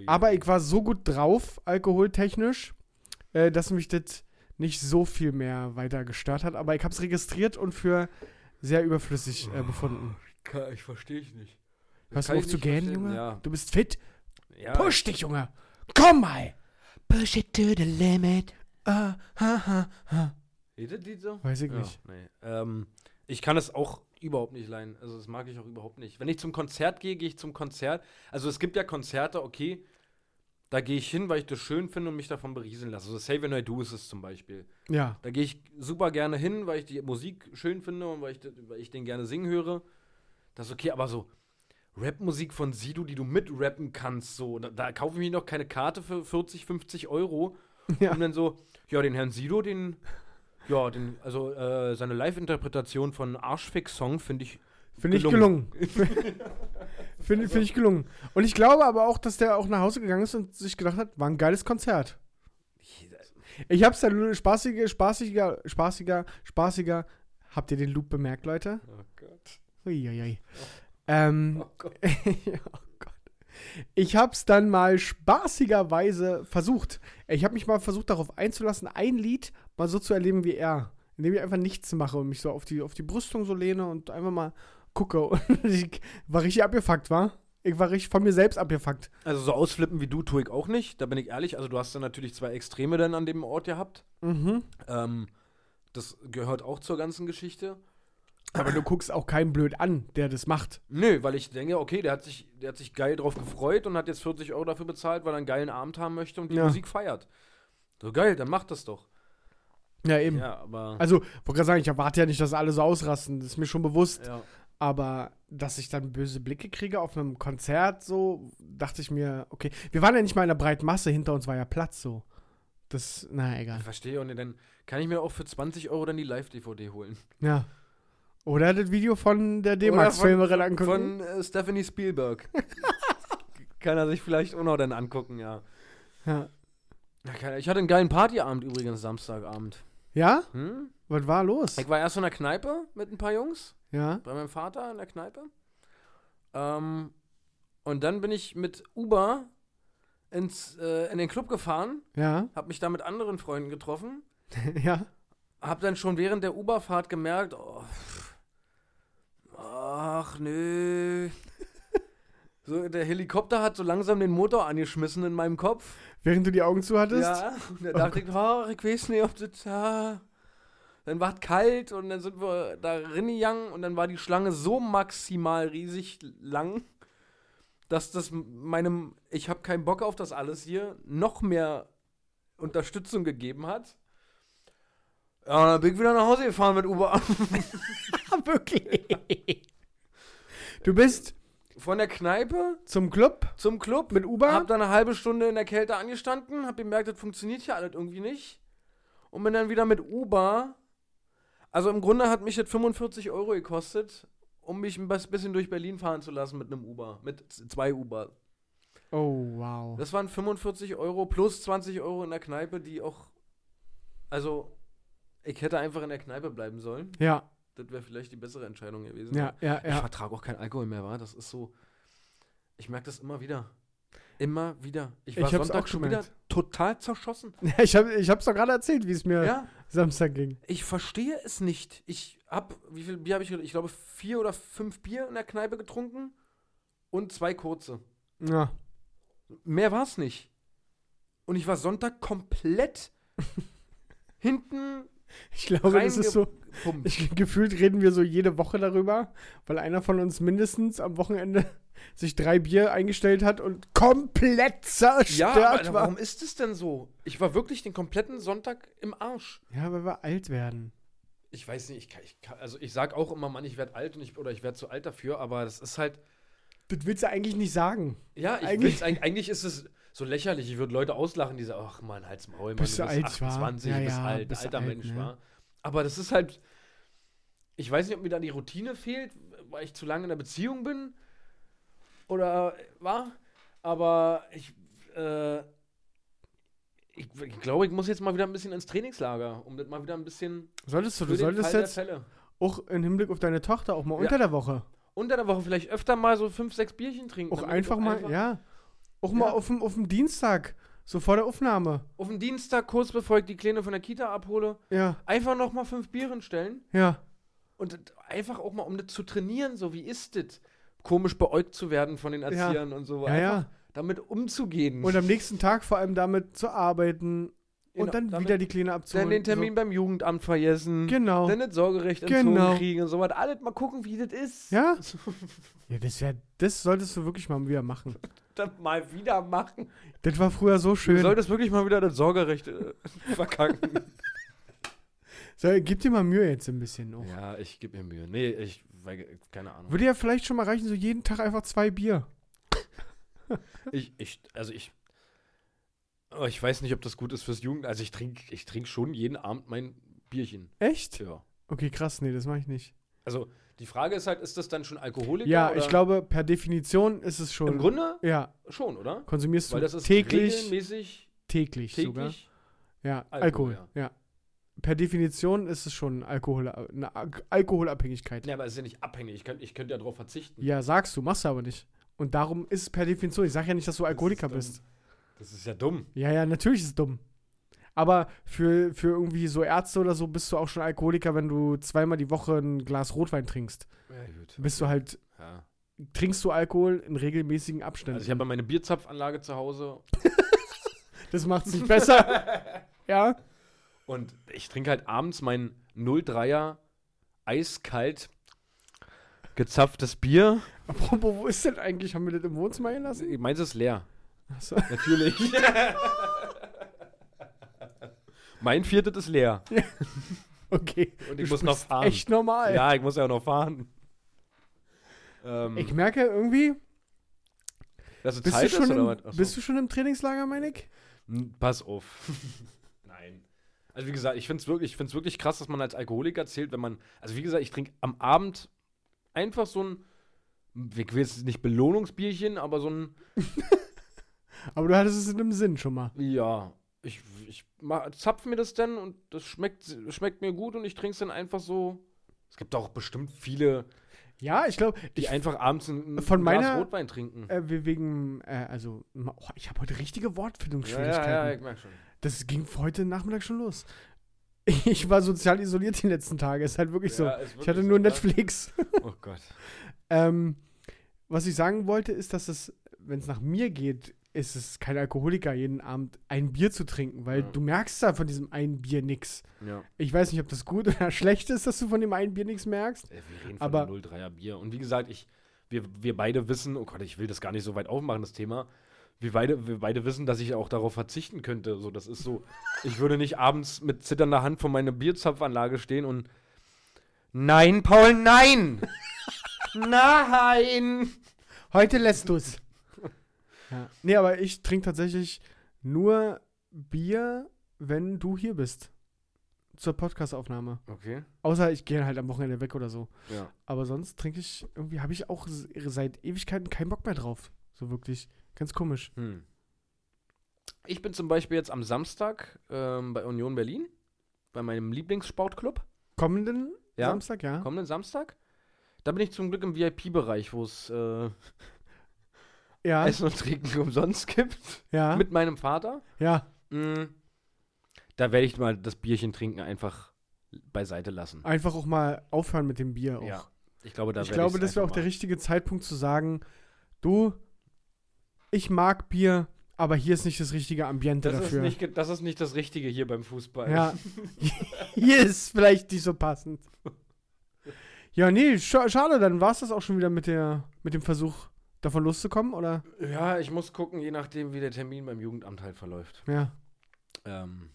Aber ich war so gut drauf, alkoholtechnisch, äh, dass mich das nicht so viel mehr weiter gestört hat. Aber ich habe es registriert und für sehr überflüssig äh, befunden.
Ich verstehe ich nicht.
Hörst du
Oh, kann
auf
ich
zu
nicht
gähnen,
verstehen,
Junge?
ja.
Du bist fit.
Ja.
Push dich, Junge. Komm mal.
Push it to the limit.
Ah, ha, ha, ha.
Geht das Lied so?
Weiß ich
Ja,
nicht.
nee. ähm, ich kann es auch überhaupt nicht leihen. Also das mag ich auch überhaupt nicht. Wenn ich zum Konzert gehe, gehe ich zum Konzert. Also es gibt ja Konzerte, okay, da gehe ich hin, weil ich das schön finde und mich davon berieseln lasse. So Save and I Do ist es zum Beispiel.
Ja.
Da gehe ich super gerne hin, weil ich die Musik schön finde und weil ich, das- weil ich den gerne singen höre. Das ist okay, aber so Rap-Musik von Sido, die du mitrappen kannst, so, da, da kaufe ich mir noch keine Karte für 40, 50 Euro.
Ja.
Und dann so, ja, den Herrn Sido, den, ja, den, also äh, seine Live-Interpretation von Arschfix-Song finde ich
Finde ich gelungen.
Gelungen.
Finde finde ich gelungen. Und ich glaube aber auch, dass der auch nach Hause gegangen ist und sich gedacht hat, war ein geiles Konzert. Ich hab's dann spaßiger, spaßiger, spaßiger, spaßiger. Habt ihr den Loop bemerkt, Leute?
Oh Gott.
Uiuiui. Ähm,
Oh Gott.
ja, oh Gott. Ich hab's dann mal spaßigerweise versucht. Ich habe mich mal versucht, darauf einzulassen, ein Lied mal so zu erleben wie er. Indem ich einfach nichts mache und mich so auf die, auf die Brüstung so lehne und einfach mal gucke. Und ich war richtig abgefuckt, war? Ich war richtig von mir selbst abgefuckt.
Also so ausflippen wie du tue ich auch nicht, da bin ich ehrlich. Also du hast dann natürlich zwei Extreme dann an dem Ort gehabt.
Mhm.
Ähm, das gehört auch zur ganzen Geschichte.
Aber du guckst auch keinen blöd an, der das macht.
Nö, weil ich denke, okay, der hat sich, der hat sich geil drauf gefreut und hat jetzt 40 Euro dafür bezahlt, weil er einen geilen Abend haben möchte und die
Ja.
Musik feiert. So geil, dann macht das doch.
Ja, eben.
Ja, aber.
Also, wollte gerade sagen, ich erwarte ja nicht, dass alle so ausrasten. Das ist mir schon bewusst.
ja.
Aber dass ich dann böse Blicke kriege auf einem Konzert, so, dachte ich mir, okay, wir waren ja nicht mal in der breiten Masse, hinter uns war ja Platz, so. Das, naja,
Ich
egal.
verstehe und dann kann ich mir auch für 20 Euro dann die Live-DVD holen.
Ja. Oder das Video von der
von-
D-Max-Filmerin angucken.
Von äh, Stephanie Spielberg. kann er sich vielleicht auch noch dann angucken, ja.
ja.
Ja, keine- Ich hatte einen geilen Partyabend übrigens Samstagabend.
ja?
Hm?
Was war los?
Ich war erst in der Kneipe mit ein paar Jungs,
Ja?
bei meinem Vater in der Kneipe. Ähm, und dann bin ich mit Uber ins, äh, in den Club gefahren,
Ja?
hab mich da mit anderen Freunden getroffen,
ja?
hab dann schon während der Uberfahrt gemerkt, oh, pff, ach nö. So, der Helikopter hat so langsam den Motor angeschmissen in meinem Kopf.
Während du die Augen zu hattest?
Ja, und da dachte ich, oh, ich weiß nicht, ob das. Ah. Dann war es kalt und dann sind wir da reingegangen und dann war die Schlange so maximal riesig lang, dass das meinem, ich habe keinen Bock auf das alles hier, noch mehr Unterstützung gegeben hat. Ja, dann bin ich wieder nach Hause gefahren mit Uber.
wirklich. Du bist
Von der Kneipe
zum Club
zum Club.
mit
Hab
Uber?
dann eine halbe Stunde in der Kälte angestanden, hab gemerkt, das funktioniert hier alles irgendwie nicht. Und bin dann wieder mit Uber. Also im Grunde hat mich das 45 Euro gekostet, um mich ein bas- bisschen durch Berlin fahren zu lassen mit einem Uber. Mit z- zwei Uber.
Oh, wow.
Das waren 45 Euro plus 20 Euro in der Kneipe, die auch. Also, ich hätte einfach in der Kneipe bleiben sollen.
Ja,
Das wäre vielleicht die bessere Entscheidung gewesen.
ja, ja,
Ich
ja.
vertrage auch keinen Alkohol mehr, war. Das ist so. Ich merke das immer wieder. Immer wieder. Ich war
Ich hab's
Sonntag
auch
schon
gemerkt.
wieder total zerschossen.
Ich, hab, ich hab's doch gerade erzählt, wie es mir
Ja.
Samstag ging.
Ich verstehe es nicht. Ich hab, wie viel Bier habe ich getrunken? Ich glaube, vier oder fünf Bier in der Kneipe getrunken und zwei kurze.
Ja.
Mehr war's nicht. Und ich war Sonntag komplett hinten
Ich glaube, das ist so.
reingepumpt.
Ich, gefühlt reden wir so jede Woche darüber, weil einer von uns mindestens am Wochenende sich drei Bier eingestellt hat und komplett
Ja,
zerstört
aber
war.
warum ist es denn so? Ich war wirklich den kompletten Sonntag im Arsch.
Ja, weil wir alt werden.
ich weiß nicht, ich, kann, ich kann, also ich sag auch immer, Mann, ich werde alt und ich, oder ich werde zu alt dafür, aber das ist halt,
Das willst du eigentlich nicht sagen.
ja, ich
Eigentlich-
will's eig- eigentlich ist es so lächerlich. Ich würde Leute auslachen, die sagen, ach Mann, halt's Maul, Mann,
Bist du alt, wa?
28,
Ja,
du bist
ja,
alt,
bist
alter
alt,
Mensch,
ne?
war. Aber das ist halt, ich weiß nicht, ob mir da die Routine fehlt, weil ich zu lange in einer Beziehung bin oder war, aber ich, äh, ich, ich glaube, ich muss jetzt mal wieder ein bisschen ins Trainingslager, um das mal wieder ein bisschen
Solltest du,
für
du
den
solltest
Fall der
jetzt
Fälle.
auch im Hinblick auf deine Tochter auch mal
Ja.
unter der Woche.
unter der Woche vielleicht öfter mal so fünf, sechs Bierchen trinken.
Auch
damit
einfach
du
mal, ja. Auch mal
Ja.
auf dem, auf dem Dienstag, so vor der Aufnahme.
Auf den Dienstag, kurz bevor ich die Kleine von der Kita abhole,
Ja,
einfach noch mal fünf Bieren stellen
ja.
und das einfach auch mal, um das zu trainieren, so wie ist das? Komisch beäugt zu werden von den Erziehern und so.
Ja,
einfach
ja.
damit umzugehen.
Und am nächsten Tag vor allem damit zu arbeiten
Genau,
und dann
damit-
wieder die Kleine abzuholen.
dann den Termin beim Jugendamt vergessen.
so. Genau.
Dann das Sorgerecht
Genau.
entzogen kriegen und so was. Alles mal gucken, wie das ist.
Ja? Ja, das, wär, das solltest du wirklich mal wieder machen.
Dann mal wieder machen.
Das war früher so
Du
schön.
solltest wirklich mal wieder das Sorgerecht äh, verkacken.
So, gib dir mal Mühe jetzt ein bisschen. Auch.
Ja, ich gebe mir Mühe. Nee, ich, weil- keine Ahnung.
Würde ja vielleicht schon mal reichen, so jeden Tag einfach zwei Bier.
Ich, ich, also ich, aber ich weiß nicht, ob das gut ist fürs Jugend. Also ich trinke, ich trinke schon jeden Abend mein Bierchen.
Echt?
Tja.
Okay, krass, nee, das mache ich nicht.
Also die Frage ist halt, ist das dann schon Alkoholiker?
Ja,
oder?
ich glaube, per Definition ist es schon.
Im Grunde
Ja,
schon, oder?
konsumierst du
Weil das ist
täglich,
regelmäßig
täglich sogar.
täglich.
Ja, Alkohol.
Alkohol,
ja. per Definition ist es schon Alkohol, eine Al- Alkoholabhängigkeit.
Ja, aber es ist ja nicht abhängig. Ich könnte ich könnt ja darauf verzichten.
Ja, sagst du, machst du aber nicht. Und darum ist es per Definition. Ich sage ja nicht, dass du Alkoholiker
Das ist
bist.
dumm. Das ist ja dumm.
Ja, ja, natürlich ist es dumm. Aber für, für irgendwie so Ärzte oder so bist du auch schon Alkoholiker, wenn du zweimal die Woche ein Glas Rotwein trinkst.
Ja, gut.
Bist du halt,
Ja.
trinkst du Alkohol in regelmäßigen
Also
Abständen.
ich habe ja meine Bierzapfanlage zu Hause
das macht es nicht besser. Ja.
und ich trinke halt abends mein 03er eiskalt gezapftes Bier.
Apropos, wo ist denn eigentlich? Haben wir das im Wohnzimmer gelassen?
Meins ist leer.
Achso.
Natürlich. mein Viertes ist leer.
Okay.
Und
Du
ich muss noch
sprichst
fahren.
Echt normal.
Ja, ich muss ja auch noch fahren. Ähm,
Ich merke irgendwie,
dass es
bist,
Zeit
du schon
ist, oder
im,
was? Achso.
bist du schon im Trainingslager, meine ich?
N- Hm, Pass auf. Nein. Also wie gesagt, ich finde es wirklich, ich find's wirklich krass, dass man als Alkoholiker zählt, wenn man. Also wie gesagt, ich trinke am Abend einfach so ein, ich will jetzt nicht Belohnungsbierchen, aber so ein,
Aber du hattest es in einem Sinn schon mal.
ja, ich, ich ma- zapf mir das dann und das schmeckt, schmeckt mir gut und ich trinke es dann einfach so. Es gibt auch bestimmt viele,
Ja, ich glaube,
die
ich
einfach abends ein, ein
von meiner-
Rotwein trinken.
äh, wir wegen, äh, also, ma- oh, ich habe heute richtige Wortfindungsschwierigkeiten.
ich merke schon.
Das ging heute Nachmittag schon los. Ich war sozial isoliert die letzten Tage, ist halt wirklich so.
Ja, ist
Ich hatte
wirklich
nur
so, ja.
Netflix.
Oh Gott.
Ähm, was ich sagen wollte, ist, dass es, wenn es nach mir geht, ist es kein Alkoholiker, jeden Abend ein Bier zu trinken, weil
Ja.
du merkst da von diesem einen Bier nix.
Ja.
Ich weiß nicht, ob das gut oder schlecht ist, dass du von dem einen Bier nichts merkst.
Äh, Wir reden
Aber-
von einem 03er Bier. Und wie gesagt, ich, wir, wir beide wissen, oh Gott, ich will das gar nicht so weit aufmachen, das Thema. Wir beide, wir beide wissen, dass ich auch darauf verzichten könnte. So, das ist so. Ich würde nicht abends mit zitternder Hand vor meiner Bierzapfanlage stehen und. Nein, Paul, nein! nein!
Heute lässt du es. ja. Nee, aber ich trinke tatsächlich nur Bier, wenn du hier bist. Zur Podcastaufnahme.
Okay.
Außer ich gehe halt am Wochenende weg oder so.
Ja.
Aber sonst trinke ich, irgendwie habe ich auch s- seit Ewigkeiten keinen Bock mehr drauf. So wirklich. Ganz komisch.
Hm. Ich bin zum Beispiel jetzt am Samstag ähm, bei Union Berlin, bei meinem Lieblingssportclub.
Kommenden
Ja?
Samstag, ja.
kommenden Samstag. Da bin ich zum Glück im VIP-Bereich, wo es äh,
Ja,
Essen und Trinken umsonst gibt.
ja,
Mit meinem Vater.
ja.
Mm. Da werde ich mal das Bierchen trinken einfach beiseite lassen.
Einfach auch mal aufhören mit dem Bier auch.
Ja, ich glaube, da
ich
werde
glaube,
ich's
das wäre auch
einfach
der
mal-
richtige Zeitpunkt zu sagen, du, ich mag Bier, aber hier ist nicht das richtige Ambiente
Das ist,
dafür.
nicht, ge- das ist nicht das Richtige hier beim Fußball.
Ja. Hier ist vielleicht nicht so passend. Ja, nee, scha schade, dann war es das auch schon wieder mit, der, mit dem Versuch, davon loszukommen, oder?
ja, ich muss gucken, je nachdem, wie der Termin beim Jugendamt halt verläuft.
Ja.
Ähm,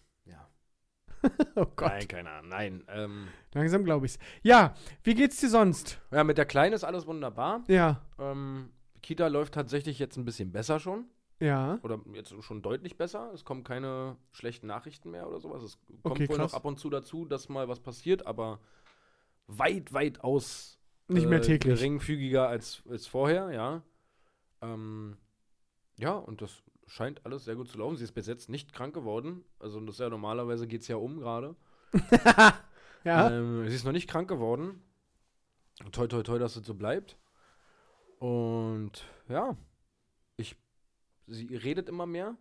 Oh Gott.
nein, keine Ahnung. Nein. Ähm,
Langsam glaube ich's. Ja, wie geht's dir sonst?
ja, mit der Kleinen ist alles wunderbar.
Ja,
Ähm, Kita läuft tatsächlich jetzt ein bisschen besser schon.
ja.
oder jetzt schon deutlich besser. Es kommen keine schlechten Nachrichten mehr oder sowas. Es kommt
Okay,
wohl
krass.
noch ab und zu dazu, dass mal was passiert, aber weit, weit aus äh,
Nicht mehr täglich.
geringfügiger als, als vorher, ja. Ähm, ja, und das scheint alles sehr gut zu laufen. Sie ist bis jetzt nicht krank geworden. Also das ist ja normalerweise geht es ja um gerade.
Ja.
Ähm, sie ist noch nicht krank geworden. Toi, toi, toi, dass es so bleibt. Und ja, ich, sie redet immer mehr.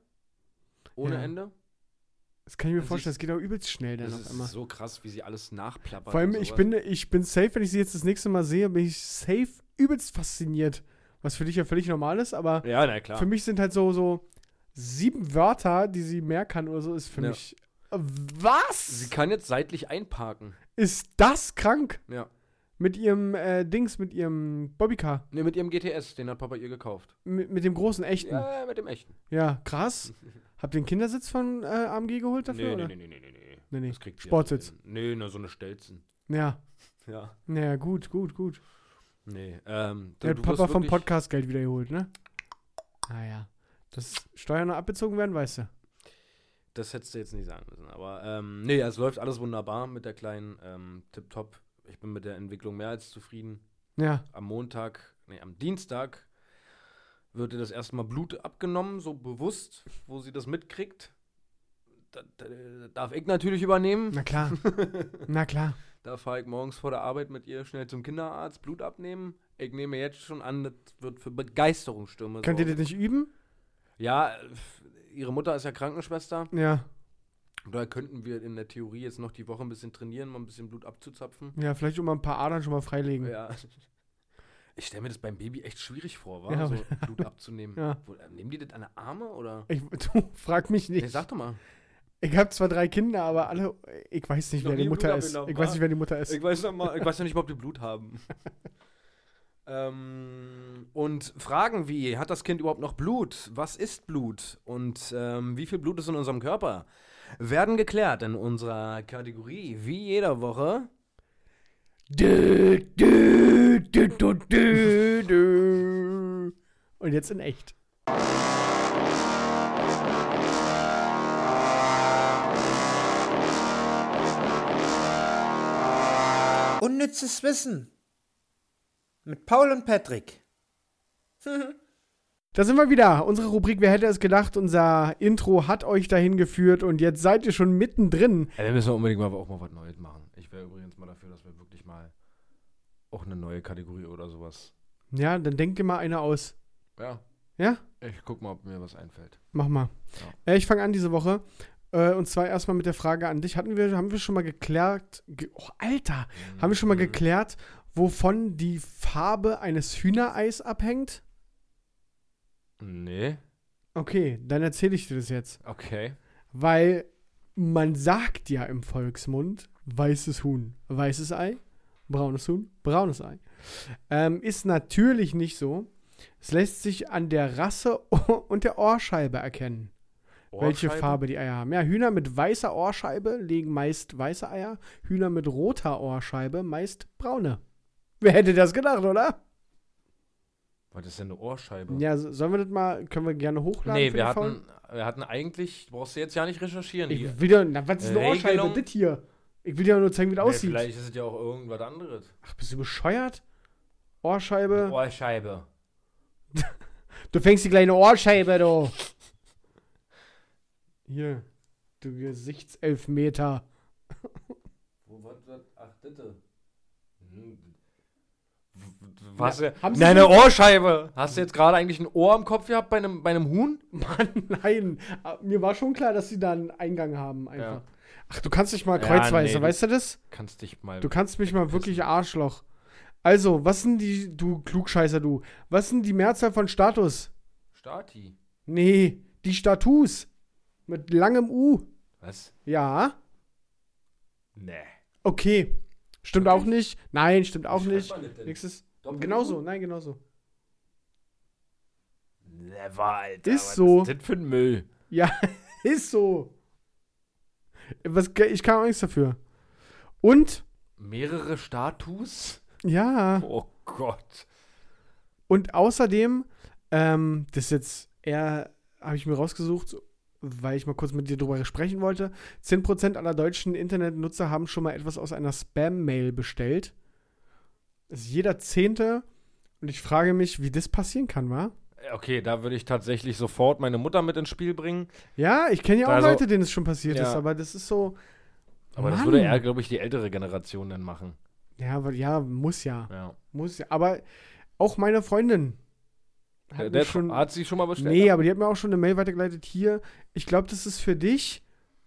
Ohne
Ja.
Ende.
Das kann ich mir
sie-
vorstellen, das geht auch übelst schnell dann
Das
auf
ist also
einmal.
so krass, wie sie alles nachplappert.
Vor allem,
und
ich
sowas.
bin, ich bin safe, wenn ich sie jetzt das nächste Mal sehe, bin ich safe übelst fasziniert. Was für dich ja völlig normal ist, aber
Ja, na klar.
für mich sind halt so, so sieben Wörter, die sie mehr kann oder so, ist für
Ja.
mich. äh, Was?
Sie kann jetzt seitlich einparken.
ist das krank?
Ja.
Mit ihrem äh, Dings, mit ihrem Bobbycar,
Ne, mit ihrem GTS, den hat Papa ihr gekauft.
mit, mit dem großen echten. Ja,
Ja, mit dem echten.
krass. Habt ihr den Kindersitz von äh, AMG geholt dafür? oder?
nee, nee, nee, nee, nee.
Nee, nee.
Das kriegt sie
Sportsitz.
jetzt hin. Nee, na, so eine Stelzen.
Ja.
Ja.
Naja, gut, gut, gut.
Nee, ähm.
Der
du
hat
wirst
Papa vom
wirklich-
Podcast Geld wieder geholt, ne? Naja. Dass Steuern noch abgezogen werden, weißt du.
Das hättest du jetzt nicht sagen müssen. Aber ähm, nee, es läuft alles wunderbar mit der kleinen ähm, Tip-Top. Ich bin mit der Entwicklung mehr als zufrieden.
Ja.
Am Montag, nee, am Dienstag wird ihr das erste Mal Blut abgenommen, so bewusst, wo sie das mitkriegt. da, da, darf ich natürlich übernehmen.
Na klar. Na klar.
Da fahre ich morgens vor der Arbeit mit ihr schnell zum Kinderarzt, Blut abnehmen. Ich nehme jetzt schon an, das wird für Begeisterungsstürme
Könnt ihr
sorgen.
das nicht üben?
Ja, f- ihre Mutter ist ja Krankenschwester.
Ja.
Da könnten wir in der Theorie jetzt noch die Woche ein bisschen trainieren, mal ein bisschen Blut abzuzapfen.
Ja, vielleicht um mal ein paar Adern schon mal freilegen.
Ja. Ich stelle mir das beim Baby echt schwierig vor, war
Ja,
so Blut abzunehmen.
Ja.
Wo, äh, nehmen die das an die Arme oder?
Ich, du, frag mich
Nee,
nicht.
sag doch mal.
Ich habe zwar drei Kinder, aber alle. Ich weiß nicht,
Noch
wer die
nie
Mutter
Blut
ist.
abgenommen,
Ich weiß
wa?
nicht, wer die Mutter ist.
Ich weiß, noch mal, ich weiß noch nicht mal, ob die Blut haben. ähm, und Fragen wie, hat das Kind überhaupt noch Blut? Was ist Blut? Und ähm, wie viel Blut ist in unserem Körper? Werden geklärt in unserer Kategorie, wie jeder Woche.
Dö, dö, dö, dö, dö, dö. Und jetzt in echt.
Unnützes Wissen. Mit Paul und Patrick.
Da sind wir wieder. Unsere Rubrik Wer hätte es gedacht? Unser Intro hat euch dahin geführt und jetzt seid ihr schon mittendrin.
Ja, wir müssen unbedingt mal, auch mal was Neues machen. Ich wäre übrigens mal dafür, dass wir wirklich mal auch eine neue Kategorie oder sowas.
Ja, dann denkt dir mal eine aus.
Ja,
Ja?
ich guck mal, ob mir was einfällt.
Mach mal. Äh, ich fange an diese Woche. Äh, und zwar erstmal mit der Frage an dich. Hatten wir, haben wir schon mal geklärt, ge oh, Alter, haben wir schon mal
Äh. Hm.
geklärt, wovon die Farbe eines Hühnereis abhängt?
Nee.
Okay, dann erzähle ich dir das jetzt.
Okay.
Weil man sagt ja im Volksmund, weißes Huhn, weißes Ei, braunes Huhn, braunes Ei. Ähm, ist natürlich nicht so. Es lässt sich an der Rasse und der Ohrscheibe erkennen. Welche
Ohrscheibe?
Farbe die Eier haben. Ja, Hühner mit weißer Ohrscheibe legen meist weiße Eier, Hühner mit roter Ohrscheibe meist braune. Wer hätte das gedacht, oder?
Was ist denn eine Ohrscheibe?
Ja, so- sollen wir das mal, können wir gerne hochladen?
Nee,
für
wir
die Folge?
hatten, wir hatten eigentlich, brauchst du jetzt ja nicht recherchieren. Die-
Ich will ja, na, was ist eine
Äh, Regelung-
Ohrscheibe? Das hier. Ich will dir ja nur zeigen, wie das
Nee,
aussieht.
Vielleicht ist es ja auch irgendwas anderes.
Ach, bist du bescheuert? Ohrscheibe.
Ohrscheibe.
Du fängst die kleine Ohrscheibe, du. Hier, du Gesichtselfmeter.
Wo war das? Ach, bitte. Was? Ja,
haben Sie
Nein,
die-
eine Ohrscheibe. Hast du jetzt gerade eigentlich ein Ohr im Kopf gehabt bei einem, bei einem Huhn?
Mann, nein. Aber Mir war schon klar, dass sie da einen Eingang haben, einfach.
Ja.
Ach, du kannst dich mal
Ja,
kreuzweise,
nee, du-
weißt du das?
Kannst dich mal.
Du kannst mich mal wirklich Arschloch. Also, was sind die, du Klugscheißer, du, was sind die Mehrzahl von Status?
Stati.
Nee, die Status. Mit langem U.
Was?
Ja,
Nee.
okay. Stimmt auch nicht. Nein, stimmt auch
schreibt
nicht.
man das denn?
Nächstes.
Doppel-U?
Genauso, nein, genauso.
Never, Alter.
Ist
was
so.
Ist das für ein Müll?
Ja, ist so. Was, ich kann auch nichts dafür. Und,
Mehrere Status?
ja.
Oh Gott.
Und außerdem, ähm, das ist jetzt eher, habe ich mir rausgesucht, weil ich mal kurz mit dir drüber sprechen wollte. 10% aller deutschen Internetnutzer haben schon mal etwas aus einer Spam-Mail bestellt. Das ist jeder Zehnte. Und ich frage mich, wie das passieren kann, wa?
Äh, Okay, da würde ich tatsächlich sofort meine Mutter mit ins Spiel bringen.
Ja, ich kenne ja auch
Also-
Leute, denen es schon passiert
Ja.
ist, aber das ist so.
Aber das
Mann.
würde eher, glaube ich, die ältere Generation dann machen.
Ja, weil- ja, muss ja.
Ja.
Muss ja. Aber auch meine Freundin hat
Hat,
mir
der schon, hat sie schon mal bestellt?
Nee, aber die hat mir auch schon eine Mail weitergeleitet. Hier, ich glaube, das ist für dich.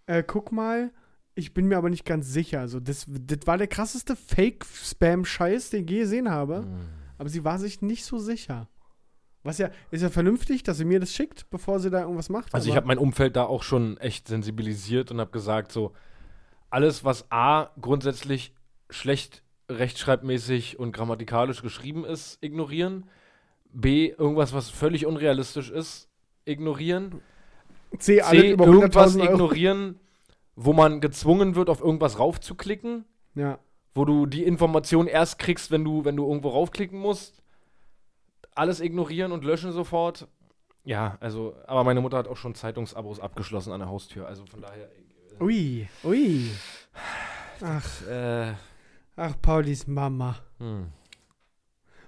Äh, guck mal. Ich bin mir aber nicht ganz sicher. Also, das, das war der krasseste Fake-Spam-Scheiß, den ich je gesehen habe.
Hm.
Aber sie war sich nicht so sicher. Was ja, ist ja vernünftig, dass sie mir das schickt, bevor sie da irgendwas macht.
Also ich habe
aber-
mein Umfeld da auch schon echt sensibilisiert und habe gesagt, so alles, was A grundsätzlich schlecht rechtschreibmäßig und grammatikalisch geschrieben ist, ignorieren. B irgendwas, was völlig unrealistisch ist, ignorieren.
C, alle
C
über
irgendwas
100.000 Euro.
ignorieren, wo man gezwungen wird, auf irgendwas raufzuklicken.
Ja.
wo du die Information erst kriegst, wenn du, wenn du irgendwo raufklicken musst. Alles ignorieren und löschen sofort. Ja, also, aber meine Mutter hat auch schon Zeitungsabos abgeschlossen an der Haustür. Also von daher.
Ui, ui.
Äh,
Ach, Paulis Mama.
hm.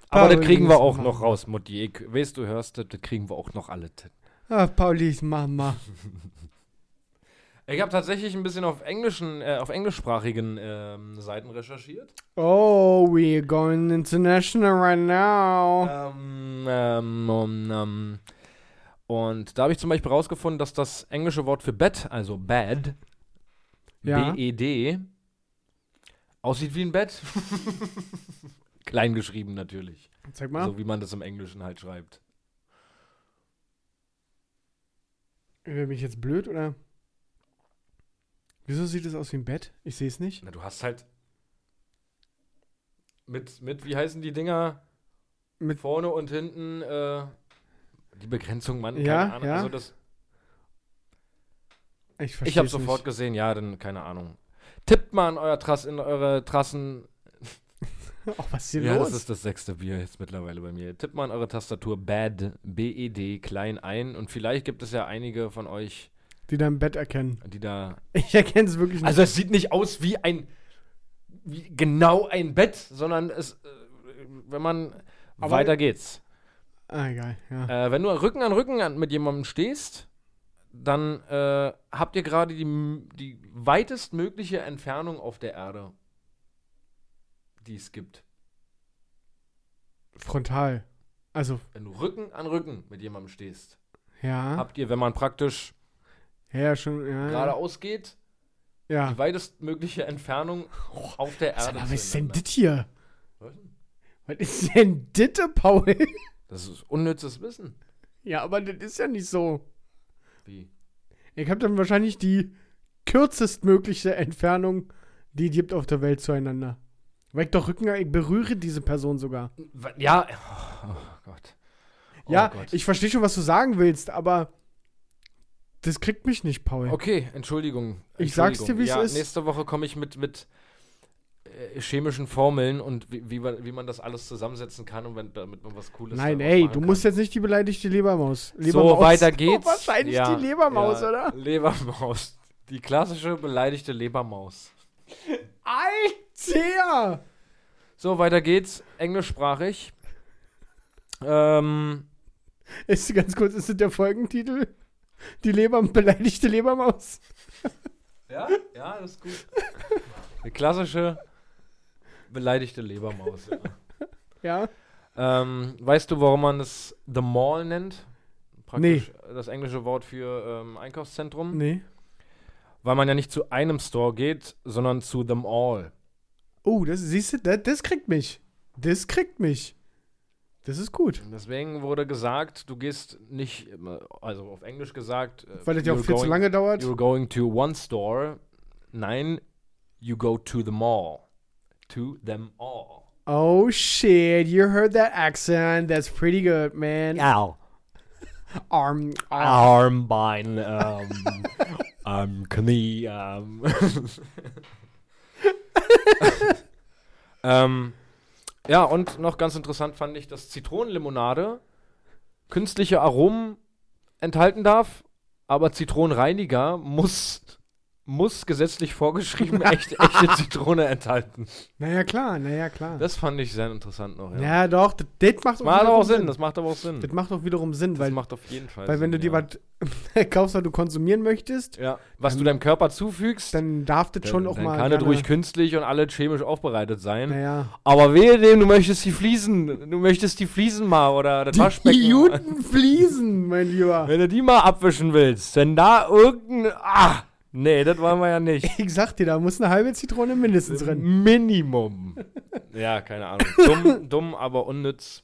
Aber
Paul,
das kriegen wir
liebes
auch
Mann.
noch raus, Mutti. Ich weiß, du hörst das, das kriegen wir auch noch alle.
Ach, Paulis Mama.
Ich habe tatsächlich ein bisschen auf englischen, äh, auf englischsprachigen ähm, Seiten recherchiert.
Oh, we're going international right now.
Ähm, ähm, um, ähm. Und da habe ich zum Beispiel rausgefunden, dass das englische Wort für Bett, also Bed,
Ja.
B-E-D, aussieht wie ein Bett. Klein geschrieben natürlich.
Zeig mal.
So wie man das im Englischen halt schreibt.
Bin ich jetzt blöd oder? Wieso sieht es aus wie ein Bett? Ich sehe es nicht.
Na, du hast halt mit, mit wie heißen die Dinger?
Mit-
vorne und hinten äh, die Begrenzung, Mann,
Ja,
keine Ahnung.
ja.
Also das,
Ich verstehe
ich habe sofort gesehen, ja, dann keine Ahnung. Tippt mal in, euer Trass, in eure Trassen.
Nicht. Oh, was ist hier
Ja,
los?
das ist das sechste Bier jetzt mittlerweile bei mir. Tippt mal in eure Tastatur BAD, B-E-D, klein ein. Und vielleicht gibt es ja einige von euch,
Die da im Bett erkennen.
die da.
Ich erkenne es wirklich nicht.
Also, es sieht nicht aus wie ein. Wie genau ein Bett, sondern es. äh, Wenn man.
Aber-
weiter geht's.
ah, egal. Ja.
Äh, wenn du Rücken an Rücken an, mit jemandem stehst, dann äh, habt ihr gerade die, m- die weitestmögliche Entfernung auf der Erde, die es gibt.
Frontal. Also,
Wenn du Rücken an Rücken mit jemandem stehst,
ja.
habt ihr, wenn man praktisch
Ja, ja, schon. Ja, ja.
geradeaus geht,
ja.
die weitestmögliche Entfernung auf der
Sag
Erde.
mal, was ist denn
zueinander.
das hier?
Was denn?
Was ist denn das, Paul?
Das ist unnützes Wissen.
ja, aber das ist ja nicht so.
Wie?
Ich habe dann wahrscheinlich die kürzestmögliche Entfernung, die es gibt auf der Welt zueinander. Weil ich doch Rücken, ich berühre diese Person sogar.
Wa- Ja. Oh, Gott. Oh
ja,
Gott.
ich verstehe schon, was du sagen willst, aber das kriegt mich nicht, Paul.
Okay, Entschuldigung.
Ich sag's dir, wie es
ja,
ist.
Nächste Woche komme ich mit, mit äh, chemischen Formeln und wie, wie, man, wie man das alles zusammensetzen kann und wenn, damit man was Cooles
Nein,
daraus
ey,
machen
du
kann.
musst jetzt nicht die beleidigte Lebermaus.
So,
Lebermaus.
weiter geht's.
Wahrscheinlich
Ja,
die Lebermaus,
ja,
oder?
Lebermaus. Die klassische beleidigte Lebermaus.
Alter!
So, weiter geht's. Englischsprachig. Ähm,
Ist ganz kurz, ist das der Folgentitel? Die Leber, beleidigte Lebermaus?
ja, ja, das ist gut. Die klassische beleidigte Lebermaus. Ja.
Ja.
Ähm, weißt du, warum man es The Mall nennt? Praktisch das englische Wort für ähm, Einkaufszentrum.
Nee.
Weil man ja nicht zu einem Store geht, sondern zu The Mall.
Oh, das siehst du, das, das kriegt mich. Das kriegt mich. Das ist gut.
Deswegen wurde gesagt, du gehst nicht, äh, also auf Englisch gesagt, äh,
Weil das ja auch
you're
viel zu
going-
lange dauert.
You're going to one store. Nein, you go to the mall. To them all.
Oh shit, you heard that accent. That's pretty good, man.
Ow.
Arm, arm.
Armbein, ähm, ähm, Knie, ähm. ähm. Ja, und noch ganz interessant fand ich, dass Zitronenlimonade künstliche Aromen enthalten darf, aber Zitronenreiniger muss, muss gesetzlich vorgeschrieben echte, echte Zitrone enthalten.
Naja, klar, naja, klar.
Das fand ich sehr interessant noch, ja.
ja, doch, das, das
das
macht
macht aber
wiederum
auch Sinn, das macht aber auch Sinn.
Das macht doch wiederum Sinn,
Das
weil,
macht auf jeden Fall
weil wenn du
Sinn,
dir
ja.
was kaufst, was du konsumieren möchtest,
Ja, was du deinem Körper zufügst,
dann darf das
dann-
schon auch
dann
mal.
kann
gerne-
das ruhig künstlich und alle chemisch aufbereitet sein.
Naja.
Aber wehe dem, du möchtest die Fliesen, du möchtest die Fliesen mal oder das Waschbecken.
Juden fließen, mein Lieber.
Wenn du die mal abwischen willst, wenn da irgendein, ah, nee, das wollen wir ja nicht.
Ich sag dir, da muss eine halbe Zitrone mindestens
Äh,
drin.
Minimum. Ja, keine Ahnung. Dumm, dumm, aber unnütz.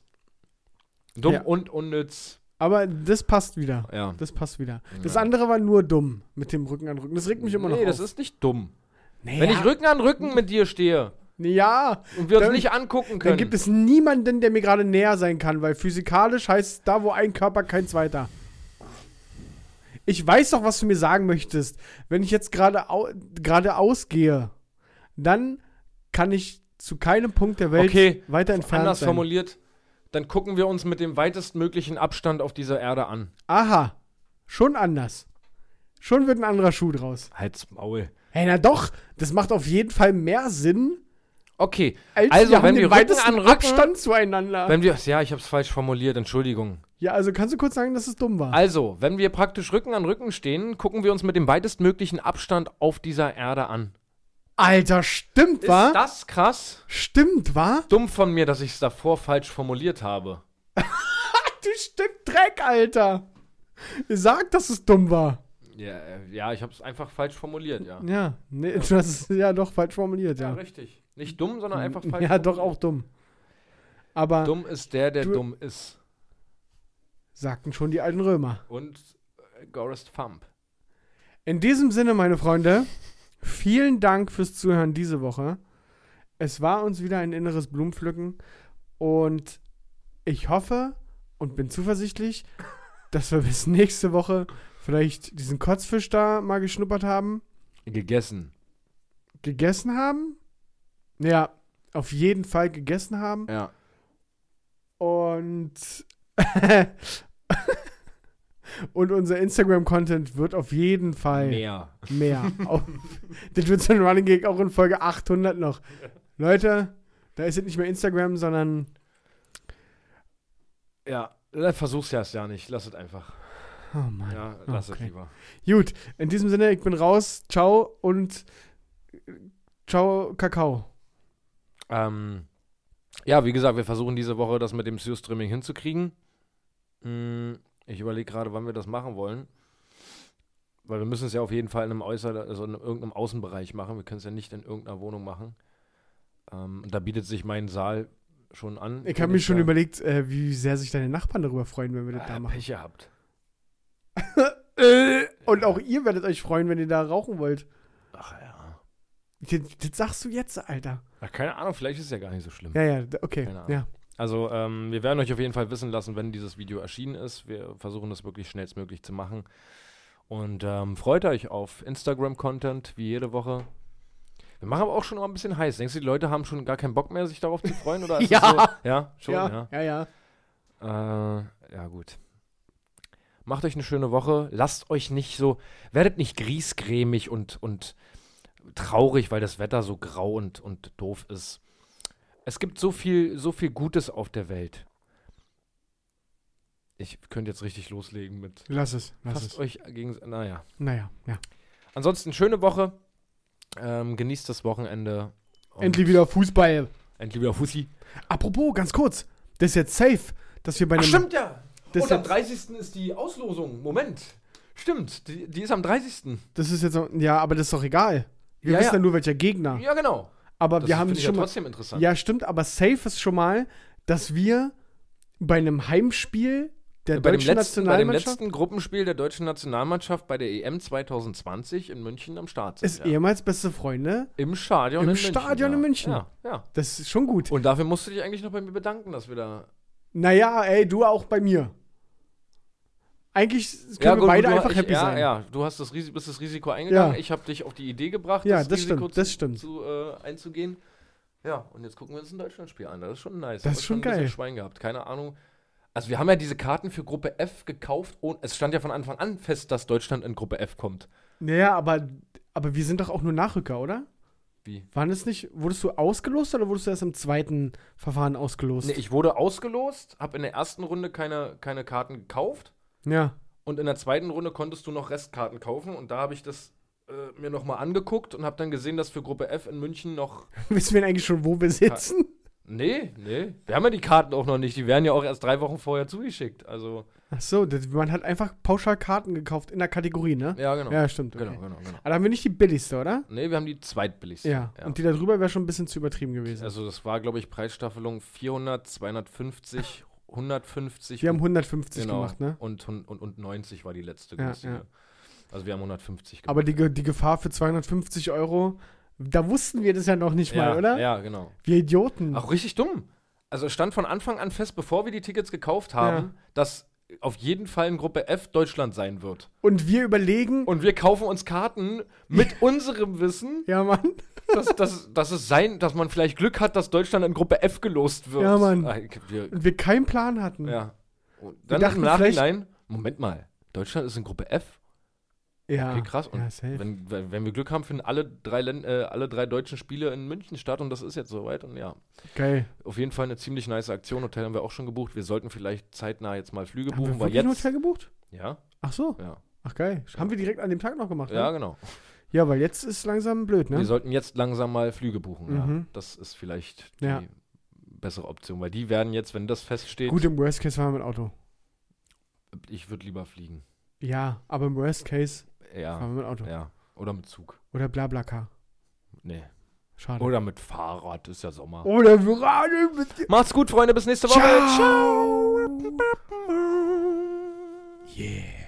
Dumm
Ja.
und unnütz.
Aber das passt wieder.
Ja.
Das passt wieder. Das
Ja.
andere war nur dumm mit dem Rücken an Rücken. Das regt mich immer noch
nee,
auf.
das ist nicht dumm.
naja,
Wenn ich Rücken an Rücken mit dir stehe
Ja,
und wir uns
Dann-
nicht angucken können.
dann gibt es niemanden, der mir gerade näher sein kann, weil physikalisch heißt da, wo ein Körper, kein zweiter. Ich weiß doch, was du mir sagen möchtest. Wenn ich jetzt gerade au geradeaus gehe, dann kann ich zu keinem Punkt der Welt
Okay,
weiter entfernt
anders
sein.
formuliert, dann gucken wir uns mit dem weitestmöglichen Abstand auf dieser Erde an.
Aha, schon anders. Schon wird ein anderer Schuh draus.
Halt's Maul.
Hey, na doch, das macht auf jeden Fall mehr Sinn,
Okay,
als
Also,
wir haben
wenn
den
wir Rücken
weitesten
an Rücken-
Abstand zueinander.
wenn wir. Ja, ich hab's falsch formuliert, Entschuldigung.
Ja, also kannst du kurz sagen, dass es dumm war.
Also, wenn wir praktisch Rücken an Rücken stehen, gucken wir uns mit dem weitestmöglichen Abstand auf dieser Erde an.
Alter, stimmt,
Ist
war?
das krass?
Stimmt, war?
Dumm von mir, dass ich es davor falsch formuliert habe.
Du Stück Dreck, Alter. Ihr sagt, dass es dumm war.
Ja, äh, ja ich habe es einfach falsch formuliert, ja.
Ja, nee, du hast es ja doch falsch formuliert, ja.
Richtig. Nicht dumm, sondern einfach falsch.
Ja, doch auch
formuliert.
dumm. Aber
Dumm ist der, der
Du-
dumm ist.
sagten schon die alten Römer.
Und äh, Gorist Thump.
In diesem Sinne, meine Freunde, vielen Dank fürs Zuhören diese Woche. Es war uns wieder ein inneres Blumenpflücken und ich hoffe und bin zuversichtlich, dass wir bis nächste Woche vielleicht diesen Kotzfisch da mal geschnuppert haben,
Gegessen.
gegessen haben. Ja, auf jeden Fall gegessen haben.
Ja.
Und, und unser Instagram-Content wird auf jeden Fall
Mehr.
mehr. Auf- das wird so ein Running Gag auch in Folge 800 noch. Leute, da ist jetzt nicht mehr Instagram, sondern
Ja. Dann Äh, Versuch's erst ja nicht. Lass es einfach.
oh Mann.
Ja, lass
Okay.
es lieber.
Gut, in diesem Sinne, ich bin raus. Ciao und äh, ciao Kakao.
Ähm, ja, wie gesagt, wir versuchen diese Woche das mit dem Seo-Streaming hinzukriegen. Mm, Ich überlege gerade, wann wir das machen wollen. Weil wir müssen es ja auf jeden Fall in einem äußeren, also in irgendeinem Außenbereich machen. Wir können es ja nicht in irgendeiner Wohnung machen. Ähm, und da bietet sich mein Saal schon an.
Ich habe
Den
mir schon
da-
überlegt, äh, wie sehr sich deine Nachbarn darüber freuen, wenn wir das
Ah,
da machen.
Pech gehabt.
Äh, und auch ihr werdet euch freuen, wenn ihr da rauchen wollt.
Ach ja.
Das, das sagst du jetzt, Alter.
Ach, keine Ahnung, vielleicht ist es ja gar nicht so schlimm.
Ja, ja, d- okay.
Keine Ahnung.
Ja.
Also, ähm, wir werden euch auf jeden Fall wissen lassen, wenn dieses Video erschienen ist. Wir versuchen das wirklich schnellstmöglich zu machen. Und ähm, freut euch auf Instagram-Content, wie jede Woche. Wir machen aber auch schon mal ein bisschen heiß. Denkst du, die Leute haben schon gar keinen Bock mehr, sich darauf zu freuen? Oder ist
Ja.
das So? Ja, schon,
ja,
ja.
ja, ja.
Ja. Äh, ja, gut. Macht euch eine schöne Woche. Lasst euch nicht so, werdet nicht griesgrämig und, und traurig, weil das Wetter so grau und, und doof ist. Es gibt so viel, so viel Gutes auf der Welt. Ich könnte jetzt richtig loslegen mit.
Lass es, lass
Passt
es.
euch gegen. Naja.
Naja, ja.
Ansonsten schöne Woche. Ähm, genießt das Wochenende. und
Endlich wieder Fußball.
Endlich wieder Fussi.
Apropos, ganz kurz, das ist jetzt safe, dass wir bei einem.
ja.
Das, ist jetzt,
30. ist die Auslosung. Moment. Stimmt, die, die ist am 30.
das ist jetzt so- ja, aber das ist doch egal. Wir
Ja,
wissen
ja.
ja nur welcher Gegner.
Ja, genau.
Ah. aber
Das
wir haben
finde ich
schon
ja
mal.
trotzdem interessant.
Ja, stimmt, aber safe ist schon mal, dass wir bei einem Heimspiel der
bei, dem
deutschen
letzten, bei dem
Nationalmannschaft
letzten Gruppenspiel der deutschen Nationalmannschaft bei der EM 2020 in München am Start sind.
ist
ja.
ehemals beste Freunde.
Im Stadion
Im
in München.
Stadion
ja.
in München.
Ja, ja.
Das ist schon gut.
Und dafür musst du dich eigentlich noch bei mir bedanken, dass wir da.
Naja, ey, du auch bei mir. Eigentlich können
Ja,
wir beide
du-
einfach
ich,
happy
ja,
sein.
Ja, du hast das Risiko, bist das Risiko eingegangen.
Ja.
Ich habe dich auf die Idee gebracht,
Ja, das stimmt,
zu,
das stimmt.
Zu, äh, einzugehen. Ja, und jetzt gucken wir uns ein Deutschlandspiel an. Das ist schon nice.
Das
Haben
ist
wir
schon
ein bisschen
geil.
Schwein gehabt, keine Ahnung. Also wir haben ja diese Karten für Gruppe F gekauft und es stand ja von Anfang an fest, dass Deutschland in Gruppe F kommt.
Naja, aber, aber wir sind doch auch nur Nachrücker, oder?
Wie?
Waren es nicht, wurdest du ausgelost oder wurdest du erst im zweiten Verfahren ausgelost?
Nee, ich wurde ausgelost, habe in der ersten Runde keine, keine Karten gekauft
ja.
und in der zweiten Runde konntest du noch Restkarten kaufen und da habe ich das äh, mir nochmal angeguckt und habe dann gesehen, dass für Gruppe F in München noch
Wissen wir denn eigentlich schon, wo wir sitzen?
Nee, nee. Wir haben ja die Karten auch noch nicht. Die werden ja auch erst drei Wochen vorher zugeschickt. Also,
Ach so, das, man hat einfach pauschal Karten gekauft in der Kategorie, ne?
ja, genau.
Ja, stimmt. Okay.
Genau, genau, genau.
Aber da haben wir nicht die billigste, oder?
Nee, wir haben die zweitbilligste.
Ja. Und die da drüber wäre schon ein bisschen zu übertrieben gewesen.
also, das war, glaube ich, Preisstaffelung 400, 250, 150.
wir haben 150
genau.
gemacht, ne?
Und, und, und, und 90 war die letzte
Ja,
günstige.
ja.
Also, wir haben 150
Aber die, Ge- die Gefahr für 250 Euro, da wussten wir das ja noch nicht
ja,
mal, oder?
Ja, genau.
Wir Idioten.
Auch richtig dumm. Also, es stand von Anfang an fest, bevor wir die Tickets gekauft haben, dass auf jeden Fall in Gruppe F Deutschland sein wird.
Und wir überlegen,
Und wir kaufen uns Karten mit unserem Wissen.
ja, Mann.
dass, dass, dass es sein, dass man vielleicht Glück hat, dass Deutschland in Gruppe F gelost wird.
Ja, Mann.
Ah, ich- wir,
Und wir keinen Plan hatten.
ja. Und dann
dachten
im
vielleicht-
Nachhinein, Moment mal, Deutschland ist in Gruppe F?
Ja.
Okay, krass. Und
Ah, ja, safe.
wenn, wenn wenn wir Glück haben, finden alle drei, Län- äh, alle drei deutschen Spiele in München statt und das ist jetzt soweit. Und ja,
Geil.
auf jeden Fall eine ziemlich nice Aktion. Hotel haben wir auch schon gebucht. Wir sollten vielleicht zeitnah jetzt mal Flüge
Haben wir
buchen, weil
wirklich
jetzt.
ein Hotel gebucht?
Ja,
Ach so.
ja.
Ach geil. Haben wir direkt an dem Tag noch gemacht,
Ja,
ne?
genau.
Ja, weil jetzt ist langsam blöd,
Wir
ne?
sollten jetzt langsam mal Flüge buchen. Ja.
Mhm.
Das ist vielleicht die
Ja.
bessere Option, weil die werden jetzt, wenn das feststeht,
Gut, im Worst Case fahren wir mit Auto.
ich würde lieber fliegen.
Ja, aber im Worst Case
Ja,
fahren wir mit Auto.
ja. Oder mit Zug.
Oder Blablacar.
Nee.
Schade.
Oder mit Fahrrad, ist ja Sommer.
Oder wir radeln mit dir.
Macht's gut, Freunde, bis nächste Woche.
Ciao. Yeah.